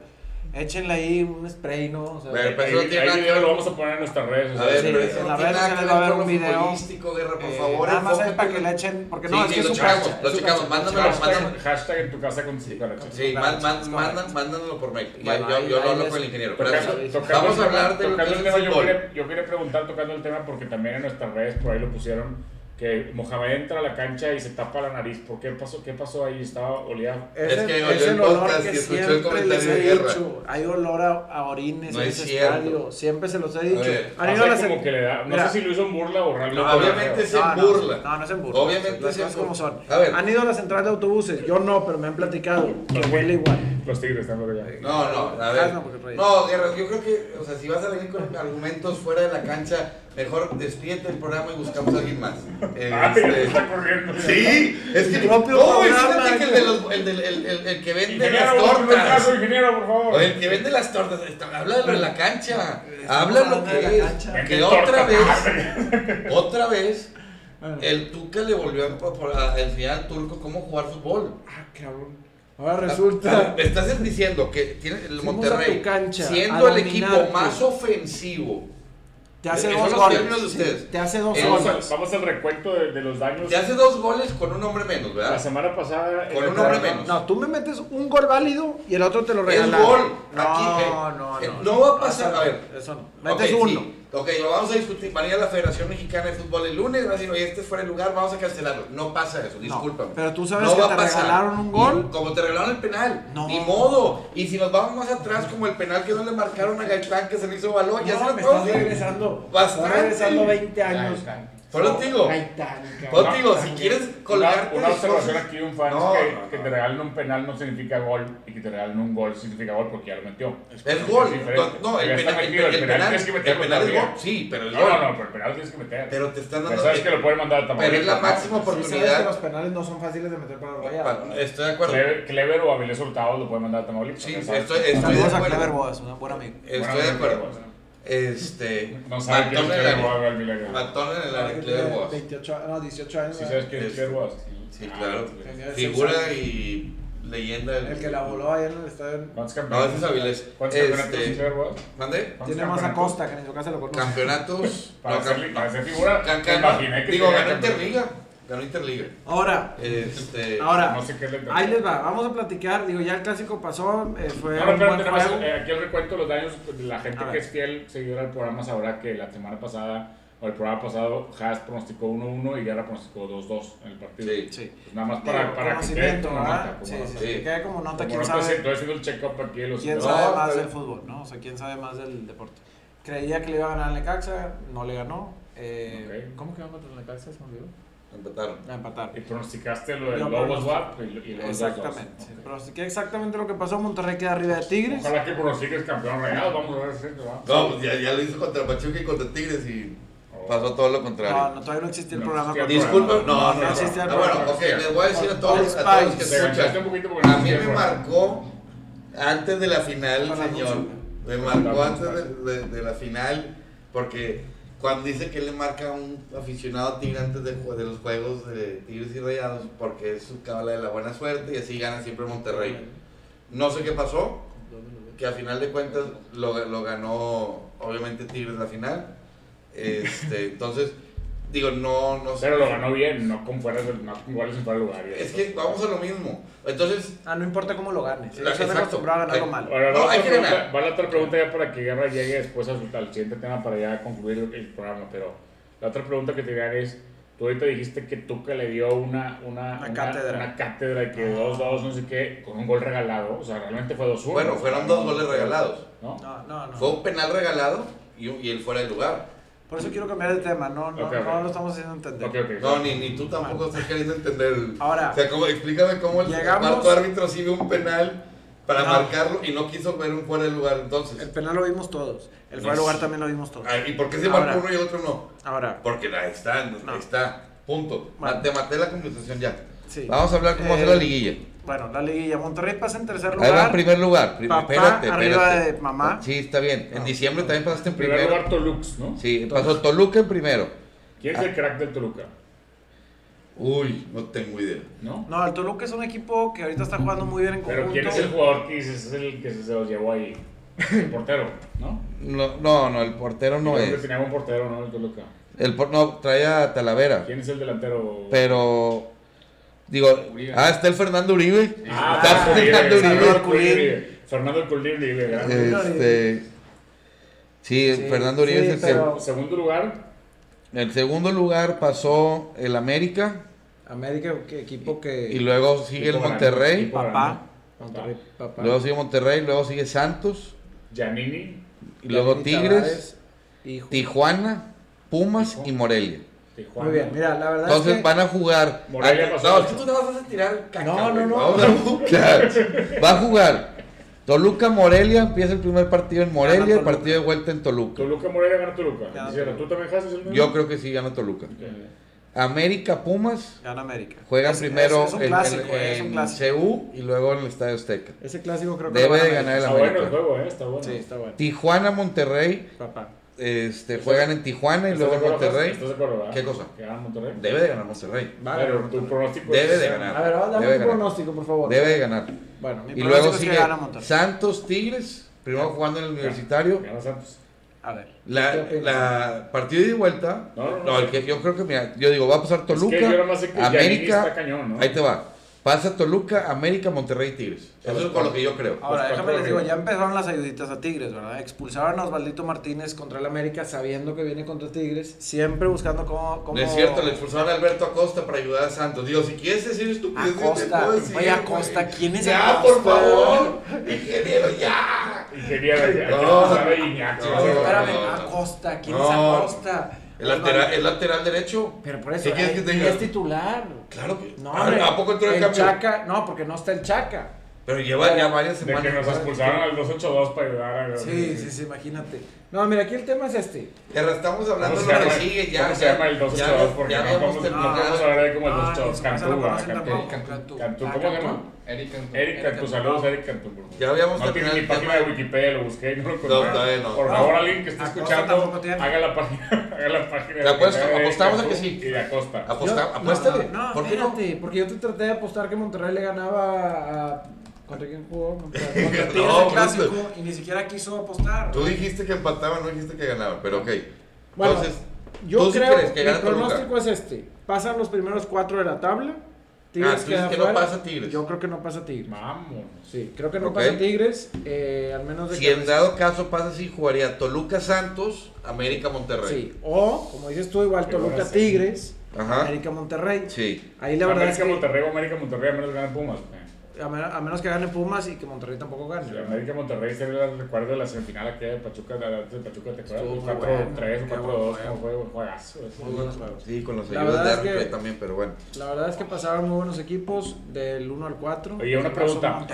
Speaker 2: échenle ahí un spray, ¿no? O sea,
Speaker 3: Pero, pero-
Speaker 4: Ahí,
Speaker 3: eso no tiene nada
Speaker 4: ahí
Speaker 3: que
Speaker 4: video
Speaker 3: ver-
Speaker 4: lo vamos a poner en nuestras
Speaker 3: A
Speaker 4: redes. sociales.
Speaker 3: ver,
Speaker 2: Sí,
Speaker 3: pero eso
Speaker 2: en
Speaker 3: no
Speaker 2: las
Speaker 3: tiene
Speaker 2: redes
Speaker 3: nada que
Speaker 2: sociales va
Speaker 3: ver
Speaker 2: a haber
Speaker 3: con lo
Speaker 2: un video.
Speaker 3: futbolístico, guerra, por
Speaker 2: eh,
Speaker 3: favor.
Speaker 2: Nada más ahí
Speaker 3: enfócate
Speaker 2: para que
Speaker 3: en-
Speaker 2: le echen. Porque
Speaker 3: Sí,
Speaker 2: no, es
Speaker 3: sí,
Speaker 2: que es
Speaker 3: lo
Speaker 2: su
Speaker 3: checamos,
Speaker 2: cancha,
Speaker 3: lo
Speaker 2: es su
Speaker 3: checamos,
Speaker 2: cancha.
Speaker 3: mándamelo, mándamelo.
Speaker 4: hashtag, hashtag en tu casa con tus cucarachas.
Speaker 3: Sí,
Speaker 2: Claro,
Speaker 3: man-
Speaker 2: correcto.
Speaker 3: man- mandan- mándanlo por mail. Ya,
Speaker 2: Bueno,
Speaker 3: yo
Speaker 2: ahí-
Speaker 3: yo lo
Speaker 2: ahí
Speaker 3: hablo
Speaker 2: les-
Speaker 3: con el ingeniero. pero
Speaker 2: Tocamos-
Speaker 3: eso-
Speaker 2: tocamos-
Speaker 3: vamos a hablar de lo que
Speaker 4: tocando
Speaker 3: es
Speaker 4: el
Speaker 3: el
Speaker 4: tema, yo,
Speaker 3: fútbol.
Speaker 4: quería, yo quería preguntar tocando el tema porque también en nuestras redes por ahí lo pusieron que Mohamed entra a la cancha y se tapa la nariz. ¿Por qué pasó? ¿Qué pasó ahí? Estaba oleado.
Speaker 2: Es,
Speaker 3: Es
Speaker 2: el-
Speaker 3: que
Speaker 2: es
Speaker 3: oyó
Speaker 2: el
Speaker 3: el
Speaker 2: olor
Speaker 3: podcast
Speaker 2: que
Speaker 3: y escuchó el
Speaker 2: siempre
Speaker 3: comentario
Speaker 2: les
Speaker 3: de
Speaker 2: he
Speaker 3: guerra.
Speaker 2: dicho. Hay olor a, a orines
Speaker 3: No
Speaker 2: en
Speaker 3: es
Speaker 2: ese
Speaker 3: cierto.
Speaker 2: estadio. Siempre se los he
Speaker 3: A
Speaker 2: dicho.
Speaker 3: ver,
Speaker 2: Han
Speaker 4: O
Speaker 2: ido a
Speaker 4: sea,
Speaker 2: las-
Speaker 4: como que le da- no
Speaker 2: Mira,
Speaker 4: sé si lo hizo en burla o realmente.
Speaker 3: No, obviamente
Speaker 4: fue
Speaker 3: se burla.
Speaker 2: No, no es en burla.
Speaker 3: Obviamente
Speaker 2: Las
Speaker 3: es en
Speaker 2: cosas como
Speaker 3: burla.
Speaker 2: son.
Speaker 3: A ver.
Speaker 2: Han ido a la central de autobuses. Yo no, pero me han platicado. Que
Speaker 4: Los
Speaker 2: huele
Speaker 4: tigres.
Speaker 2: igual.
Speaker 4: Los tigres están oleados.
Speaker 3: No, no, a
Speaker 2: Ah,
Speaker 3: ver.
Speaker 2: no, porque traía.
Speaker 3: No, Guerra, yo creo que, o sea, si vas a venir con argumentos fuera de la cancha, mejor despídete del programa y buscamos a alguien más. Eh,
Speaker 4: Ah, pero
Speaker 3: este-
Speaker 4: está corriendo.
Speaker 3: Sí, es que
Speaker 2: El propio
Speaker 3: no, es
Speaker 2: programa,
Speaker 3: fíjate que el, de los, el, del- el, el- el que vende las tortas.
Speaker 4: ingeniero, por favor.
Speaker 3: o El que vende las tortas, está- habla de la cancha.
Speaker 2: Estamos
Speaker 3: Habla lo
Speaker 2: hablando de la
Speaker 3: que es.
Speaker 2: cancha.
Speaker 3: Que
Speaker 4: Vende
Speaker 3: otra
Speaker 4: tortas.
Speaker 2: (laughs)
Speaker 3: vez, otra vez,
Speaker 2: Bueno,
Speaker 3: el Tuca le volvió a a enseñar al turco cómo jugar fútbol.
Speaker 2: ah, cabrón.
Speaker 3: Ah,
Speaker 2: Ahora
Speaker 3: A ver,
Speaker 2: resulta.
Speaker 3: me estás diciendo que tiene el
Speaker 2: Fuimos a
Speaker 3: Monterrey,
Speaker 2: tu cancha
Speaker 3: siendo
Speaker 2: a
Speaker 3: el equipo
Speaker 2: dominarte.
Speaker 3: más ofensivo,
Speaker 2: Te hace
Speaker 3: eh,
Speaker 2: dos
Speaker 3: son los
Speaker 2: goles.
Speaker 3: términos de
Speaker 2: Sí,
Speaker 3: ustedes.
Speaker 2: Te hace dos
Speaker 3: Eh,
Speaker 4: Vamos,
Speaker 2: goles.
Speaker 4: al- vamos al recuento de, de los daños.
Speaker 3: te hace dos goles con un hombre menos,
Speaker 4: La
Speaker 3: ¿verdad?
Speaker 4: semana pasada.
Speaker 3: Ah. Con
Speaker 4: eh, en el
Speaker 3: un hombre
Speaker 4: programa-
Speaker 3: menos.
Speaker 2: No, tú me metes un gol válido y el otro te lo
Speaker 3: Es
Speaker 2: regalan.
Speaker 3: gol.
Speaker 2: No,
Speaker 3: Aquí, eh,
Speaker 2: no, no,
Speaker 3: eh, no va a pasar.
Speaker 2: eso
Speaker 3: A
Speaker 2: no,
Speaker 3: ver.
Speaker 2: Eso no.
Speaker 3: Ok,
Speaker 2: Metes
Speaker 3: sí.
Speaker 2: uno.
Speaker 3: Ok, lo vamos a discutir. Van a ir a la Federación Mexicana de Fútbol el lunes. Van a decir, oye, este es fuera de lugar, vamos a cancelarlo. No pasa eso, discúlpame.
Speaker 2: pero tú sabes
Speaker 3: No
Speaker 2: que
Speaker 3: va
Speaker 2: te
Speaker 3: a pasar.
Speaker 2: regalaron un gol.
Speaker 3: Y como te regalaron el penal.
Speaker 2: No.
Speaker 3: Ni modo. Y si nos vamos más atrás, como el penal que no le marcaron a Gaitán, que se le hizo balón, ya
Speaker 2: No,
Speaker 3: se lo
Speaker 2: me
Speaker 3: puedo
Speaker 2: estás
Speaker 3: decir.
Speaker 2: regresando.
Speaker 3: Bastante.
Speaker 2: Estás regresando 20 años.
Speaker 3: Solo te digo.
Speaker 2: Gaitán,
Speaker 3: Solo
Speaker 2: cabrón.
Speaker 3: te digo, si quieres
Speaker 4: Una,
Speaker 3: colgarte.
Speaker 4: una
Speaker 3: de
Speaker 4: observación
Speaker 3: cosas-
Speaker 4: aquí de un fan
Speaker 3: No,
Speaker 4: es que,
Speaker 3: no, no.
Speaker 4: que te regalen un penal no significa gol y que te regalen un gol significa gol porque ya lo metió.
Speaker 3: Es gol.
Speaker 4: diferente.
Speaker 3: No, no, el,
Speaker 4: Ya está
Speaker 3: penal, el,
Speaker 4: metido, el penal
Speaker 3: penal,
Speaker 4: tienes que meterlo
Speaker 3: el penal es
Speaker 4: también.
Speaker 3: gol. Sí, pero es
Speaker 4: No,
Speaker 3: gol.
Speaker 4: no, no, pero el penal tienes que meter.
Speaker 3: Pero te están
Speaker 4: Pero
Speaker 3: dando.
Speaker 4: sabes que lo pueden mandar a
Speaker 3: pero es la
Speaker 4: Tamaulipas, ¿no?
Speaker 3: máxima
Speaker 2: Sabes que los
Speaker 3: oportunidad.
Speaker 2: penales no son fáciles de meter para los rayados.
Speaker 3: Pa- Estoy de acuerdo.
Speaker 4: Clever, Clever o Avilés Hurtado lo pueden mandar a Tamaulipas.
Speaker 3: Sí,
Speaker 4: ya sabes.
Speaker 3: esto- esto- Estoy de
Speaker 2: Saludos a
Speaker 3: acuerdo.
Speaker 2: Clever Boas, un buen amigo.
Speaker 3: Estoy de acuerdo. Este.
Speaker 4: No sabe quién es
Speaker 3: Matón en el
Speaker 4: Clever
Speaker 3: área.
Speaker 4: Boas, el milagro.
Speaker 3: Matón en el área, Clever Boas.
Speaker 2: 28, no, 18 años. eh,
Speaker 4: Sí, sabes quién es
Speaker 3: Este-
Speaker 4: Clever Boas.
Speaker 3: Sí,
Speaker 4: Ah,
Speaker 3: claro. pues,
Speaker 4: güey.
Speaker 2: Tenía
Speaker 3: Figura
Speaker 2: seis
Speaker 3: y leyenda. del-
Speaker 2: años. El que la voló ayer en el estadio.
Speaker 4: ¿Cuántos
Speaker 3: No,
Speaker 4: campeonatos?
Speaker 3: ese es Avilés.
Speaker 4: ¿Cuántos campeonatos tiene
Speaker 3: Este.
Speaker 4: Clever Boas?
Speaker 3: ¿Mande?
Speaker 4: ¿Cuántos
Speaker 2: Tiene más a
Speaker 4: campeonatos?
Speaker 2: Costa que en su casa lo conoce.
Speaker 3: Campeonatos.
Speaker 4: (laughs) Para
Speaker 3: no,
Speaker 4: ser-
Speaker 3: cam-
Speaker 4: para ser figura,
Speaker 3: Can-
Speaker 4: me imaginé que
Speaker 3: Digo,
Speaker 4: tenía
Speaker 3: ganó
Speaker 4: campeonato.
Speaker 3: Interliga. Ganó
Speaker 4: (laughs)
Speaker 3: Interliga.
Speaker 2: Ahora,
Speaker 3: Este.
Speaker 2: ahora,
Speaker 4: Eh, No sé qué le
Speaker 2: ahí les va. Vamos a platicar. Digo, ya el clásico pasó. eh, fue
Speaker 4: Ahora,
Speaker 2: un
Speaker 4: claro,
Speaker 2: buen
Speaker 4: tenemos,
Speaker 2: juego.
Speaker 4: eh, aquí el recuento de los daños. pues, La gente
Speaker 2: A ver.
Speaker 4: que es fiel seguidora del programa sabrá que la semana pasada, o el programa pasado, Haas pronosticó 1-1 y Guerra pronosticó 2-2 en el partido.
Speaker 3: Sí.
Speaker 2: Sí.
Speaker 4: Pues nada más para,
Speaker 2: Digo,
Speaker 4: para que quede
Speaker 2: conocimiento,
Speaker 4: como
Speaker 2: ¿verdad?
Speaker 4: nota. Como
Speaker 2: Sí,
Speaker 4: nota.
Speaker 2: sí,
Speaker 3: Sí.
Speaker 2: que quede como nota.
Speaker 4: Como
Speaker 2: ¿Quién
Speaker 4: nota, sí,
Speaker 2: sabe?
Speaker 4: estoy haciendo el check-up aquí de los
Speaker 2: ¿Quién
Speaker 4: no, pues.
Speaker 2: sabe
Speaker 3: está
Speaker 2: más
Speaker 3: bien.
Speaker 2: del fútbol? ¿no? O sea, ¿quién sabe más del deporte? Creía que le iba a ganar al Necaxa, no le ganó. Eh,
Speaker 4: Ok.
Speaker 2: ¿Cómo quedó contra el Necaxa? Se me olvidó.
Speaker 3: Empataron.
Speaker 2: La empataron.
Speaker 4: Y pronosticaste lo del
Speaker 2: Yo
Speaker 4: Lobos
Speaker 2: pronostico.
Speaker 4: WAP y, y los
Speaker 2: Exactamente.
Speaker 4: dos, dos.
Speaker 2: Pero sí que exactamente lo que pasó, Monterrey queda arriba de Tigres.
Speaker 4: Ojalá que pronostiques campeón real. Vamos a ver si te va.
Speaker 3: No, pues ya, ya lo hizo contra Pachuca y contra Tigres y pasó todo lo
Speaker 2: No,
Speaker 3: contrario.
Speaker 2: no, todavía no existía el
Speaker 4: No
Speaker 2: programa.
Speaker 4: existía
Speaker 2: con-
Speaker 4: el
Speaker 3: Disculpa, no, no, no.
Speaker 2: No existía el
Speaker 3: Ah, bueno,
Speaker 2: programa.
Speaker 3: ok, les voy a decir a todos, a todos los que
Speaker 4: Te agachaste un
Speaker 3: escuchan.
Speaker 4: poquito porque no
Speaker 3: A mí
Speaker 4: existía el
Speaker 3: me
Speaker 4: programa.
Speaker 3: marcó antes de la final,
Speaker 2: Con la
Speaker 3: señor.
Speaker 2: música.
Speaker 3: Me marcó antes de, de- de la final porque cuando dice que le marca a un aficionado a Tigre antes de, jue- de los juegos de Tigres y Rayados porque es su cábala de la buena suerte y así gana siempre Monterrey. No sé qué pasó, que a final de cuentas lo, lo ganó obviamente Tigres la final. Este,
Speaker 4: (laughs)
Speaker 3: entonces, digo, no, no sé.
Speaker 4: Pero lo ganó bien, no con fuera, del- no con goles en fuera de lugar. y
Speaker 3: Es
Speaker 4: eso.
Speaker 3: que vamos a lo mismo. Entonces,
Speaker 2: Ah, no importa cómo lo ganes.
Speaker 3: La-
Speaker 2: Ellos están
Speaker 3: exacto.
Speaker 2: acostumbrados a ganarlo
Speaker 3: Ay,
Speaker 2: mal.
Speaker 4: Ahora,
Speaker 3: No,
Speaker 4: va, la
Speaker 3: hay
Speaker 4: otra
Speaker 3: que
Speaker 4: pregunta-
Speaker 3: ganar.
Speaker 4: va la otra pregunta ya para que Guerra llegue después a su- al siguiente tema para ya concluir el, el programa, pero la otra pregunta que te voy a dar es, tú ahorita dijiste que Tuca le dio una, una,
Speaker 2: Una cátedra.
Speaker 4: una cátedra y que 2-2, no sé qué, con un gol regalado, o sea, realmente fue Ah. 2-1.
Speaker 3: bueno, fueron dos goles regalados.
Speaker 4: ¿No?
Speaker 2: No, no,
Speaker 3: Fue
Speaker 2: no.
Speaker 3: un penal regalado y, un- y el fuera de lugar.
Speaker 2: Por eso quiero cambiar de tema. No, no,
Speaker 4: Ok, ok.
Speaker 2: no lo estamos haciendo entender.
Speaker 4: Ok, ok.
Speaker 3: No, ni, ni tú tampoco estás queriendo entender.
Speaker 2: Ahora.
Speaker 3: o sea, ¿cómo- explícame cómo el
Speaker 2: Llegamos-
Speaker 3: cuarto árbitro sigue un penal para
Speaker 2: No.
Speaker 3: marcarlo y no quiso ver un fuera de lugar.
Speaker 2: El
Speaker 3: Entonces,
Speaker 2: penal lo vimos todos. El fuera de
Speaker 3: No.
Speaker 2: lugar también lo vimos todos.
Speaker 3: Ah, ¿y por qué se
Speaker 2: Ahora.
Speaker 3: marcó uno y el otro no?
Speaker 2: Ahora,
Speaker 3: Porque ahí está,
Speaker 2: No.
Speaker 3: ahí está. Punto.
Speaker 2: Bueno.
Speaker 3: Te maté la conversación ya.
Speaker 2: Sí.
Speaker 3: Vamos a hablar cómo hacer
Speaker 2: Eh,
Speaker 3: la liguilla.
Speaker 2: bueno, la liguilla. Monterrey pasa en tercer
Speaker 3: Ahí va en
Speaker 2: lugar.
Speaker 3: primer lugar. Prim-
Speaker 2: papá
Speaker 3: espérate,
Speaker 2: arriba
Speaker 3: espérate.
Speaker 2: de mamá.
Speaker 3: Sí, está bien. En
Speaker 2: No.
Speaker 3: diciembre también pasaste en
Speaker 4: En primer
Speaker 3: primero.
Speaker 4: lugar Tolux, ¿no?
Speaker 3: Sí, pasó Toluca en primero.
Speaker 4: ¿Quién es el crack del Toluca?
Speaker 3: Uy, no tengo idea.
Speaker 4: ¿no?
Speaker 2: No, el Toluca es un equipo que ahorita está jugando muy bien en conjunto.
Speaker 4: Pero ¿quién es el jugador que dices es el que se los llevó ahí? El portero, ¿no?
Speaker 3: No, no, no, el portero no
Speaker 4: Creo que
Speaker 3: es.
Speaker 4: tenía un portero, ¿no? El Toluca.
Speaker 3: El por- no, trae a Talavera.
Speaker 4: ¿Quién es el delantero?
Speaker 3: Pero. Digo,
Speaker 4: Uribe.
Speaker 3: ah, está el Fernando Uribe.
Speaker 4: Ah,
Speaker 3: está Fernando
Speaker 4: Fernando
Speaker 3: Uribe.
Speaker 4: Fernando Uribe. Fernando el Colibri, güey, ¿verdad?
Speaker 3: Este, sí,
Speaker 2: Sí,
Speaker 3: Fernando Uribe
Speaker 2: sí,
Speaker 3: es el que-
Speaker 2: pero-
Speaker 4: Segundo lugar,
Speaker 3: En segundo lugar pasó el América.
Speaker 2: América, que equipo que...
Speaker 3: Y luego sigue el
Speaker 4: Equipo
Speaker 3: Monterrey.
Speaker 4: grande,
Speaker 2: Papá. Monterrey, papá.
Speaker 3: Luego sigue Monterrey. Luego sigue Santos.
Speaker 4: Giannini,
Speaker 3: Y luego
Speaker 2: Yanni
Speaker 3: Tigres.
Speaker 2: Tavares y Ju-
Speaker 3: Tijuana. Pumas y Morelia.
Speaker 4: Tijuana.
Speaker 2: Muy bien, mira, la verdad
Speaker 3: Entonces
Speaker 2: es que...
Speaker 3: van a jugar.
Speaker 4: Morelia
Speaker 3: Ah,
Speaker 4: pasó.
Speaker 3: no, es que tú te vas a tirar caca,
Speaker 2: No,
Speaker 3: güey.
Speaker 2: no, no.
Speaker 3: Vamos a jugar. Va a jugar. Toluca Morelia empieza el primer partido en
Speaker 2: Gana
Speaker 3: Morelia, el
Speaker 2: Toluca.
Speaker 3: partido de vuelta en Toluca.
Speaker 4: Toluca Morelia gana Toluca.
Speaker 2: Gana
Speaker 4: Diciendo,
Speaker 2: Toluca.
Speaker 4: ¿Tú también dejaste el mismo?
Speaker 3: Yo creo que sí gana Toluca. América Pumas
Speaker 2: Gana América.
Speaker 3: juegan
Speaker 2: Es-
Speaker 3: primero
Speaker 2: es, es un
Speaker 3: en-
Speaker 2: clásico,
Speaker 3: en,
Speaker 2: eh, es un
Speaker 3: en
Speaker 2: clásico.
Speaker 3: CU y luego en el Estadio Azteca.
Speaker 2: Ese clásico creo que
Speaker 3: Debe
Speaker 2: lo gana
Speaker 3: de ganar el
Speaker 4: Está bueno el
Speaker 3: América.
Speaker 4: juego, ¿eh? Está bueno.
Speaker 2: Sí, está bueno.
Speaker 3: Tijuana Monterrey
Speaker 2: Papá.
Speaker 3: este, juegan en Tijuana y luego en Monterrey.
Speaker 4: ¿Estás de acuerdo? verdad?
Speaker 3: ¿Qué cosa?
Speaker 4: Que gana Monterrey.
Speaker 3: Debe de ganar Monterrey.
Speaker 2: Va a
Speaker 4: Pero
Speaker 2: ganar
Speaker 4: tu
Speaker 2: Monterrey.
Speaker 4: pronóstico
Speaker 3: Debe
Speaker 4: es-
Speaker 3: de ganar.
Speaker 2: A ver, ahora
Speaker 3: Debe
Speaker 2: dame
Speaker 3: de
Speaker 2: tu
Speaker 3: ganar.
Speaker 2: pronóstico, por favor.
Speaker 3: Debe de ganar.
Speaker 2: Bueno, mi
Speaker 3: Y
Speaker 2: pronóstico
Speaker 3: luego
Speaker 2: es
Speaker 3: sigue
Speaker 2: que gana Monterrey.
Speaker 3: Santos Tigres, primero jugando en el universitario.
Speaker 4: Gana Santos.
Speaker 2: A ver.
Speaker 3: La,
Speaker 2: ¿Qué opinas?
Speaker 3: la partida de vuelta,
Speaker 4: No, no, no.
Speaker 3: el que yo creo que, mira, yo digo, va a pasar Toluca,
Speaker 4: yo nada más sé que Giannini está
Speaker 3: América,
Speaker 4: cañón, ¿no?
Speaker 3: ahí te va, pasa Toluca, América, Monterrey, Tigres. Eso es con lo que yo creo.
Speaker 2: Ahora,
Speaker 4: Pues,
Speaker 2: déjame les
Speaker 4: cuatro,
Speaker 2: digo, ya empezaron las ayuditas a Tigres, ¿verdad? Expulsaron a Osvaldito Martínez contra el América sabiendo que viene contra Tigres, siempre buscando cómo... cómo...
Speaker 3: No es cierto, le expulsaron a Alberto Acosta para ayudar a Santos. Digo, si quieres decir estupidez, yo te
Speaker 2: Acosta,
Speaker 3: puedo decir.
Speaker 2: oye,
Speaker 3: güey.
Speaker 2: Acosta, ¿quién es
Speaker 3: Ya,
Speaker 2: Acosta?
Speaker 3: por favor, ingeniero, ya.
Speaker 4: Ingeniero, ya- ya
Speaker 3: No.
Speaker 4: sabe Iñaki,
Speaker 3: No.
Speaker 4: ya sabe.
Speaker 2: Espérame,
Speaker 3: no, no.
Speaker 2: Acosta, ¿quién
Speaker 3: No.
Speaker 2: es Acosta?
Speaker 3: El lateral, el lateral derecho.
Speaker 2: Pero por eso,
Speaker 3: ¿Qué quieres
Speaker 2: eh,
Speaker 3: que te
Speaker 2: y
Speaker 3: diga?
Speaker 2: es titular.
Speaker 3: Claro que.
Speaker 2: No,
Speaker 3: a, ver,
Speaker 2: hombre,
Speaker 3: ¿a poco entró el cambio?
Speaker 2: Chaca, no, porque no está el Chaca.
Speaker 3: Pero lleva ya varias
Speaker 4: De
Speaker 3: semanas.
Speaker 4: que nos expulsaron al 282 para ayudar a...
Speaker 2: Sí, sí, sí, imagínate. No, mira, aquí el tema es este.
Speaker 3: Pero estamos hablando
Speaker 4: ¿Cómo
Speaker 3: de
Speaker 4: se
Speaker 3: lo que
Speaker 4: llama?
Speaker 3: sigue, ya.
Speaker 4: ¿Cómo se
Speaker 3: ya-
Speaker 4: llama el 12
Speaker 3: ya
Speaker 4: chavos?
Speaker 3: no-
Speaker 4: Porque
Speaker 3: ya
Speaker 4: no
Speaker 3: no hemos
Speaker 4: podemos- no
Speaker 3: terminado.
Speaker 4: podemos hablar de cómo el
Speaker 2: Ah,
Speaker 4: 12 chavos.
Speaker 2: ni siquiera se la
Speaker 4: Cantú, va,
Speaker 2: conocen
Speaker 4: Cantú.
Speaker 2: tampoco.
Speaker 4: Cantú,
Speaker 2: Cantú.
Speaker 4: Cantú,
Speaker 2: Ah,
Speaker 4: ¿cómo se
Speaker 2: Cantú.
Speaker 4: llama?
Speaker 8: Eric Cantú.
Speaker 4: Eric Cantú, saludos Eric Cantú. por favor.
Speaker 3: Ya habíamos
Speaker 4: No tiene
Speaker 3: terminado
Speaker 4: ni
Speaker 3: el
Speaker 4: página
Speaker 3: tema.
Speaker 4: de Wikipedia, lo busqué y no lo encontré.
Speaker 3: todavía no.
Speaker 4: Por
Speaker 2: No.
Speaker 4: favor, alguien que esté
Speaker 2: Acosta
Speaker 4: escuchando,
Speaker 2: tampoco tiene.
Speaker 4: haga la página. (laughs) Haga la página.
Speaker 3: ¿Te apuesto?
Speaker 4: Wikipedia de
Speaker 3: Apostamos a
Speaker 4: Cantú
Speaker 3: que sí.
Speaker 4: Y de Acosta.
Speaker 3: Aposta-
Speaker 2: Yo-
Speaker 3: apuéstale.
Speaker 2: No, no,
Speaker 3: ¿Por qué no?
Speaker 2: espérate, porque yo te traté de apostar que Monterrey le ganaba a. ¿Contra quién jugó?
Speaker 3: (laughs)
Speaker 2: Contra, contra Tigres
Speaker 3: No,
Speaker 2: el clásico
Speaker 3: bruto.
Speaker 2: y ni siquiera quiso apostar.
Speaker 3: Tú dijiste que empataban, no dijiste que ganaban, pero ok.
Speaker 2: Bueno,
Speaker 3: Entonces,
Speaker 2: yo
Speaker 3: ¿tú sí
Speaker 2: creo
Speaker 3: crees que
Speaker 2: mi
Speaker 3: gana Toluca?
Speaker 2: pronóstico es este: pasan los primeros cuatro de la tabla.
Speaker 3: Ah, tú dices
Speaker 2: queda
Speaker 3: que no
Speaker 2: fuera.
Speaker 3: pasa Tigres.
Speaker 2: Yo creo que no pasa Tigres.
Speaker 4: Vámonos.
Speaker 2: Sí, creo que no
Speaker 3: Ok.
Speaker 2: pasa Tigres. eh, al menos de
Speaker 3: si
Speaker 2: que-
Speaker 3: en dado caso pasa así, jugaría Toluca Santos, América Monterrey.
Speaker 2: Sí, o como dices tú, igual
Speaker 4: Pero ahora
Speaker 2: Toluca
Speaker 4: sí.
Speaker 2: Tigres,
Speaker 3: Ajá.
Speaker 2: América Monterrey.
Speaker 3: Sí.
Speaker 2: Ahí la verdad
Speaker 4: América
Speaker 2: es que.
Speaker 4: Monterrey o América Monterrey, a menos ganan Pumas. eh.
Speaker 2: A, men- a menos que gane Pumas y que Monterrey tampoco gane.
Speaker 4: Sí, América Monterrey sería el recuerdo de la semifinal aquella de Pachuca, de antes de Pachuca, ¿te acuerdas?
Speaker 2: Estuvo muy
Speaker 4: 4-3 o
Speaker 2: bueno, qué
Speaker 4: 4-2,
Speaker 2: buen
Speaker 4: como fue un juegazo. ese.
Speaker 2: Muy buenos juegos.
Speaker 3: Sí, con los
Speaker 2: La
Speaker 3: ayudas de
Speaker 2: verdad es
Speaker 3: árbitro
Speaker 2: que-
Speaker 3: ahí también, pero bueno.
Speaker 2: La verdad es que pasaron muy buenos equipos del 1 al 4.
Speaker 4: Oye, una pregunta.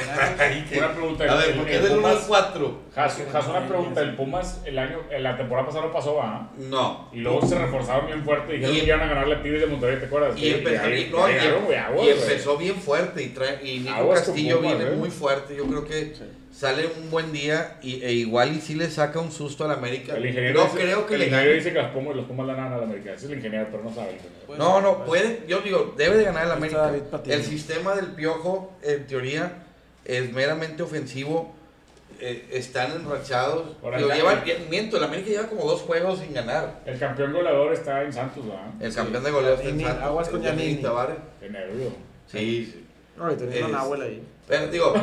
Speaker 4: Una pregunta.
Speaker 3: Eh, A ver,
Speaker 4: el-
Speaker 3: ¿por qué
Speaker 4: el
Speaker 3: del 1 al
Speaker 4: Pumas-
Speaker 3: 4?
Speaker 4: Jaso, Jaso, una pregunta. El Pumas, el año, en la temporada pasada no pasó, ¿ah?
Speaker 3: No.
Speaker 4: Y luego se reforzaron bien fuerte y dijeron
Speaker 3: Y-
Speaker 4: que iban a ganar la Tigres de Monterrey, ¿te acuerdas?
Speaker 3: Y, empezó,
Speaker 4: ahí-
Speaker 3: y- no, y- em-
Speaker 4: llegaron, güey, aguas,
Speaker 3: y
Speaker 4: güey.
Speaker 3: empezó bien fuerte y, trae, y Nico
Speaker 4: Aguas con
Speaker 3: Castillo
Speaker 4: Pumas,
Speaker 3: viene
Speaker 4: eh.
Speaker 3: muy fuerte. Yo creo que sale un buen día y, e igual y sí le saca un susto al América.
Speaker 4: El ingeniero,
Speaker 3: No
Speaker 4: dice,
Speaker 3: creo que
Speaker 4: el
Speaker 3: le
Speaker 4: ingeniero
Speaker 3: gane.
Speaker 4: dice que los Pumas, los Pumas ganan a la América. Ese es el ingeniero, pero no sabe. el ingeniero.
Speaker 3: No, no, puede, yo digo, debe de ganar el
Speaker 2: Ahí está
Speaker 3: América.
Speaker 2: David Patiño.
Speaker 3: El sistema del piojo, en teoría, es meramente ofensivo. eh, están enrachados.
Speaker 4: Ahora
Speaker 3: Digo,
Speaker 4: ya-
Speaker 3: llevan- miento, el América lleva como dos juegos sin ganar.
Speaker 4: El campeón goleador está en Santos, ¿verdad?
Speaker 3: El campeón de goleo está en
Speaker 2: Yanini,
Speaker 3: Santos,
Speaker 2: aguas con
Speaker 3: el Yanini
Speaker 2: Yanini.
Speaker 3: Tavares.
Speaker 4: Qué nervio.
Speaker 3: Sí, sí.
Speaker 2: No, y teniendo
Speaker 3: Es-
Speaker 2: una abuela ahí.
Speaker 3: Pero
Speaker 2: (laughs)
Speaker 3: digo,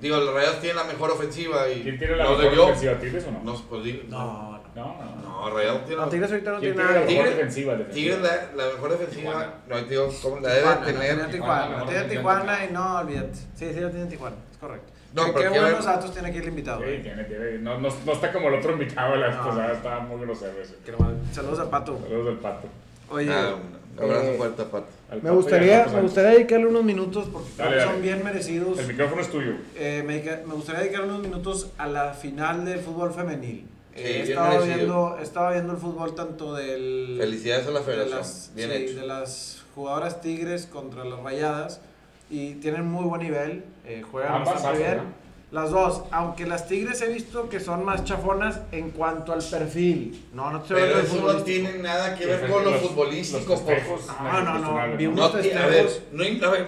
Speaker 3: digo, los Rayados tienen la mejor ofensiva y
Speaker 4: ¿Quién tiene la
Speaker 3: nos
Speaker 4: mejor
Speaker 3: debió-
Speaker 4: defensiva, Tigres o no?
Speaker 3: nos- pues, digo-
Speaker 2: No, no.
Speaker 4: No, no. no.
Speaker 3: no, Rayados tiene
Speaker 2: No, Tigres ahorita no
Speaker 4: ¿Quién
Speaker 2: tiene
Speaker 4: tiene la
Speaker 2: nada.
Speaker 4: mejor
Speaker 3: Tigres-
Speaker 4: defensiva? defensiva?
Speaker 3: Tigres la, la mejor defensiva,
Speaker 8: Tijuana.
Speaker 3: no, digo, ¿cómo la debe
Speaker 2: Tijuana, No tiene Tijuana,
Speaker 3: tener?
Speaker 8: Tijuana,
Speaker 2: no tiene
Speaker 8: no,
Speaker 2: Tijuana
Speaker 8: no.
Speaker 2: y no, olvídate. Sí, sí, no tiene Tijuana, es correcto.
Speaker 3: No,
Speaker 2: Qué-
Speaker 3: pero
Speaker 2: qué
Speaker 3: quiero
Speaker 2: buenos
Speaker 3: ver-
Speaker 2: datos tiene aquí el invitado.
Speaker 4: Sí,
Speaker 2: eh.
Speaker 4: tiene, tiene. No, no, no está como el otro invitado de la vez
Speaker 2: No.
Speaker 4: pasada, estaba muy grosero ese.
Speaker 2: Que nomás- Saludos a Pato.
Speaker 4: Saludos del pato.
Speaker 2: Oye,
Speaker 3: Ah, un abrazo
Speaker 2: eh,
Speaker 3: fuerte, Pato.
Speaker 4: Al
Speaker 2: me
Speaker 4: Pato y al
Speaker 2: gustaría,
Speaker 4: Pato
Speaker 2: me gustaría dedicarle unos minutos porque creo
Speaker 4: Dale,
Speaker 2: que
Speaker 4: dale.
Speaker 2: son bien merecidos.
Speaker 4: Sánchez. El micrófono es tuyo.
Speaker 2: Eh, me, dedica- me gustaría dedicar unos minutos a la final del fútbol femenil. Eh,
Speaker 3: Sí,
Speaker 2: he,
Speaker 3: bien
Speaker 2: estado
Speaker 3: merecido.
Speaker 2: viendo, he estado viendo el fútbol tanto del...
Speaker 3: Felicidades a la
Speaker 2: de
Speaker 3: federación,
Speaker 2: las,
Speaker 3: bien
Speaker 2: sí,
Speaker 3: hecho.
Speaker 2: de las jugadoras tigres contra las rayadas y tienen muy buen nivel, eh, juegan
Speaker 4: Ambas
Speaker 2: bastante
Speaker 4: hacen,
Speaker 2: bien.
Speaker 4: ¿no?
Speaker 2: Las dos, aunque las Tigres he visto que son más chafonas en cuanto al perfil. No, no estoy
Speaker 3: Pero
Speaker 2: hablando de
Speaker 3: eso no
Speaker 2: futbolístico.
Speaker 3: tiene nada que ver con lo futbolístico, por favor.
Speaker 4: Ah,
Speaker 2: No, no, no, vi
Speaker 4: Bien,
Speaker 2: un-
Speaker 3: No,
Speaker 2: Unos
Speaker 3: ti- a
Speaker 2: festejos.
Speaker 3: ver, no, in- a ver,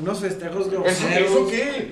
Speaker 2: Unos festejos
Speaker 3: ¿eso,
Speaker 2: groseros.
Speaker 3: ¿eso qué?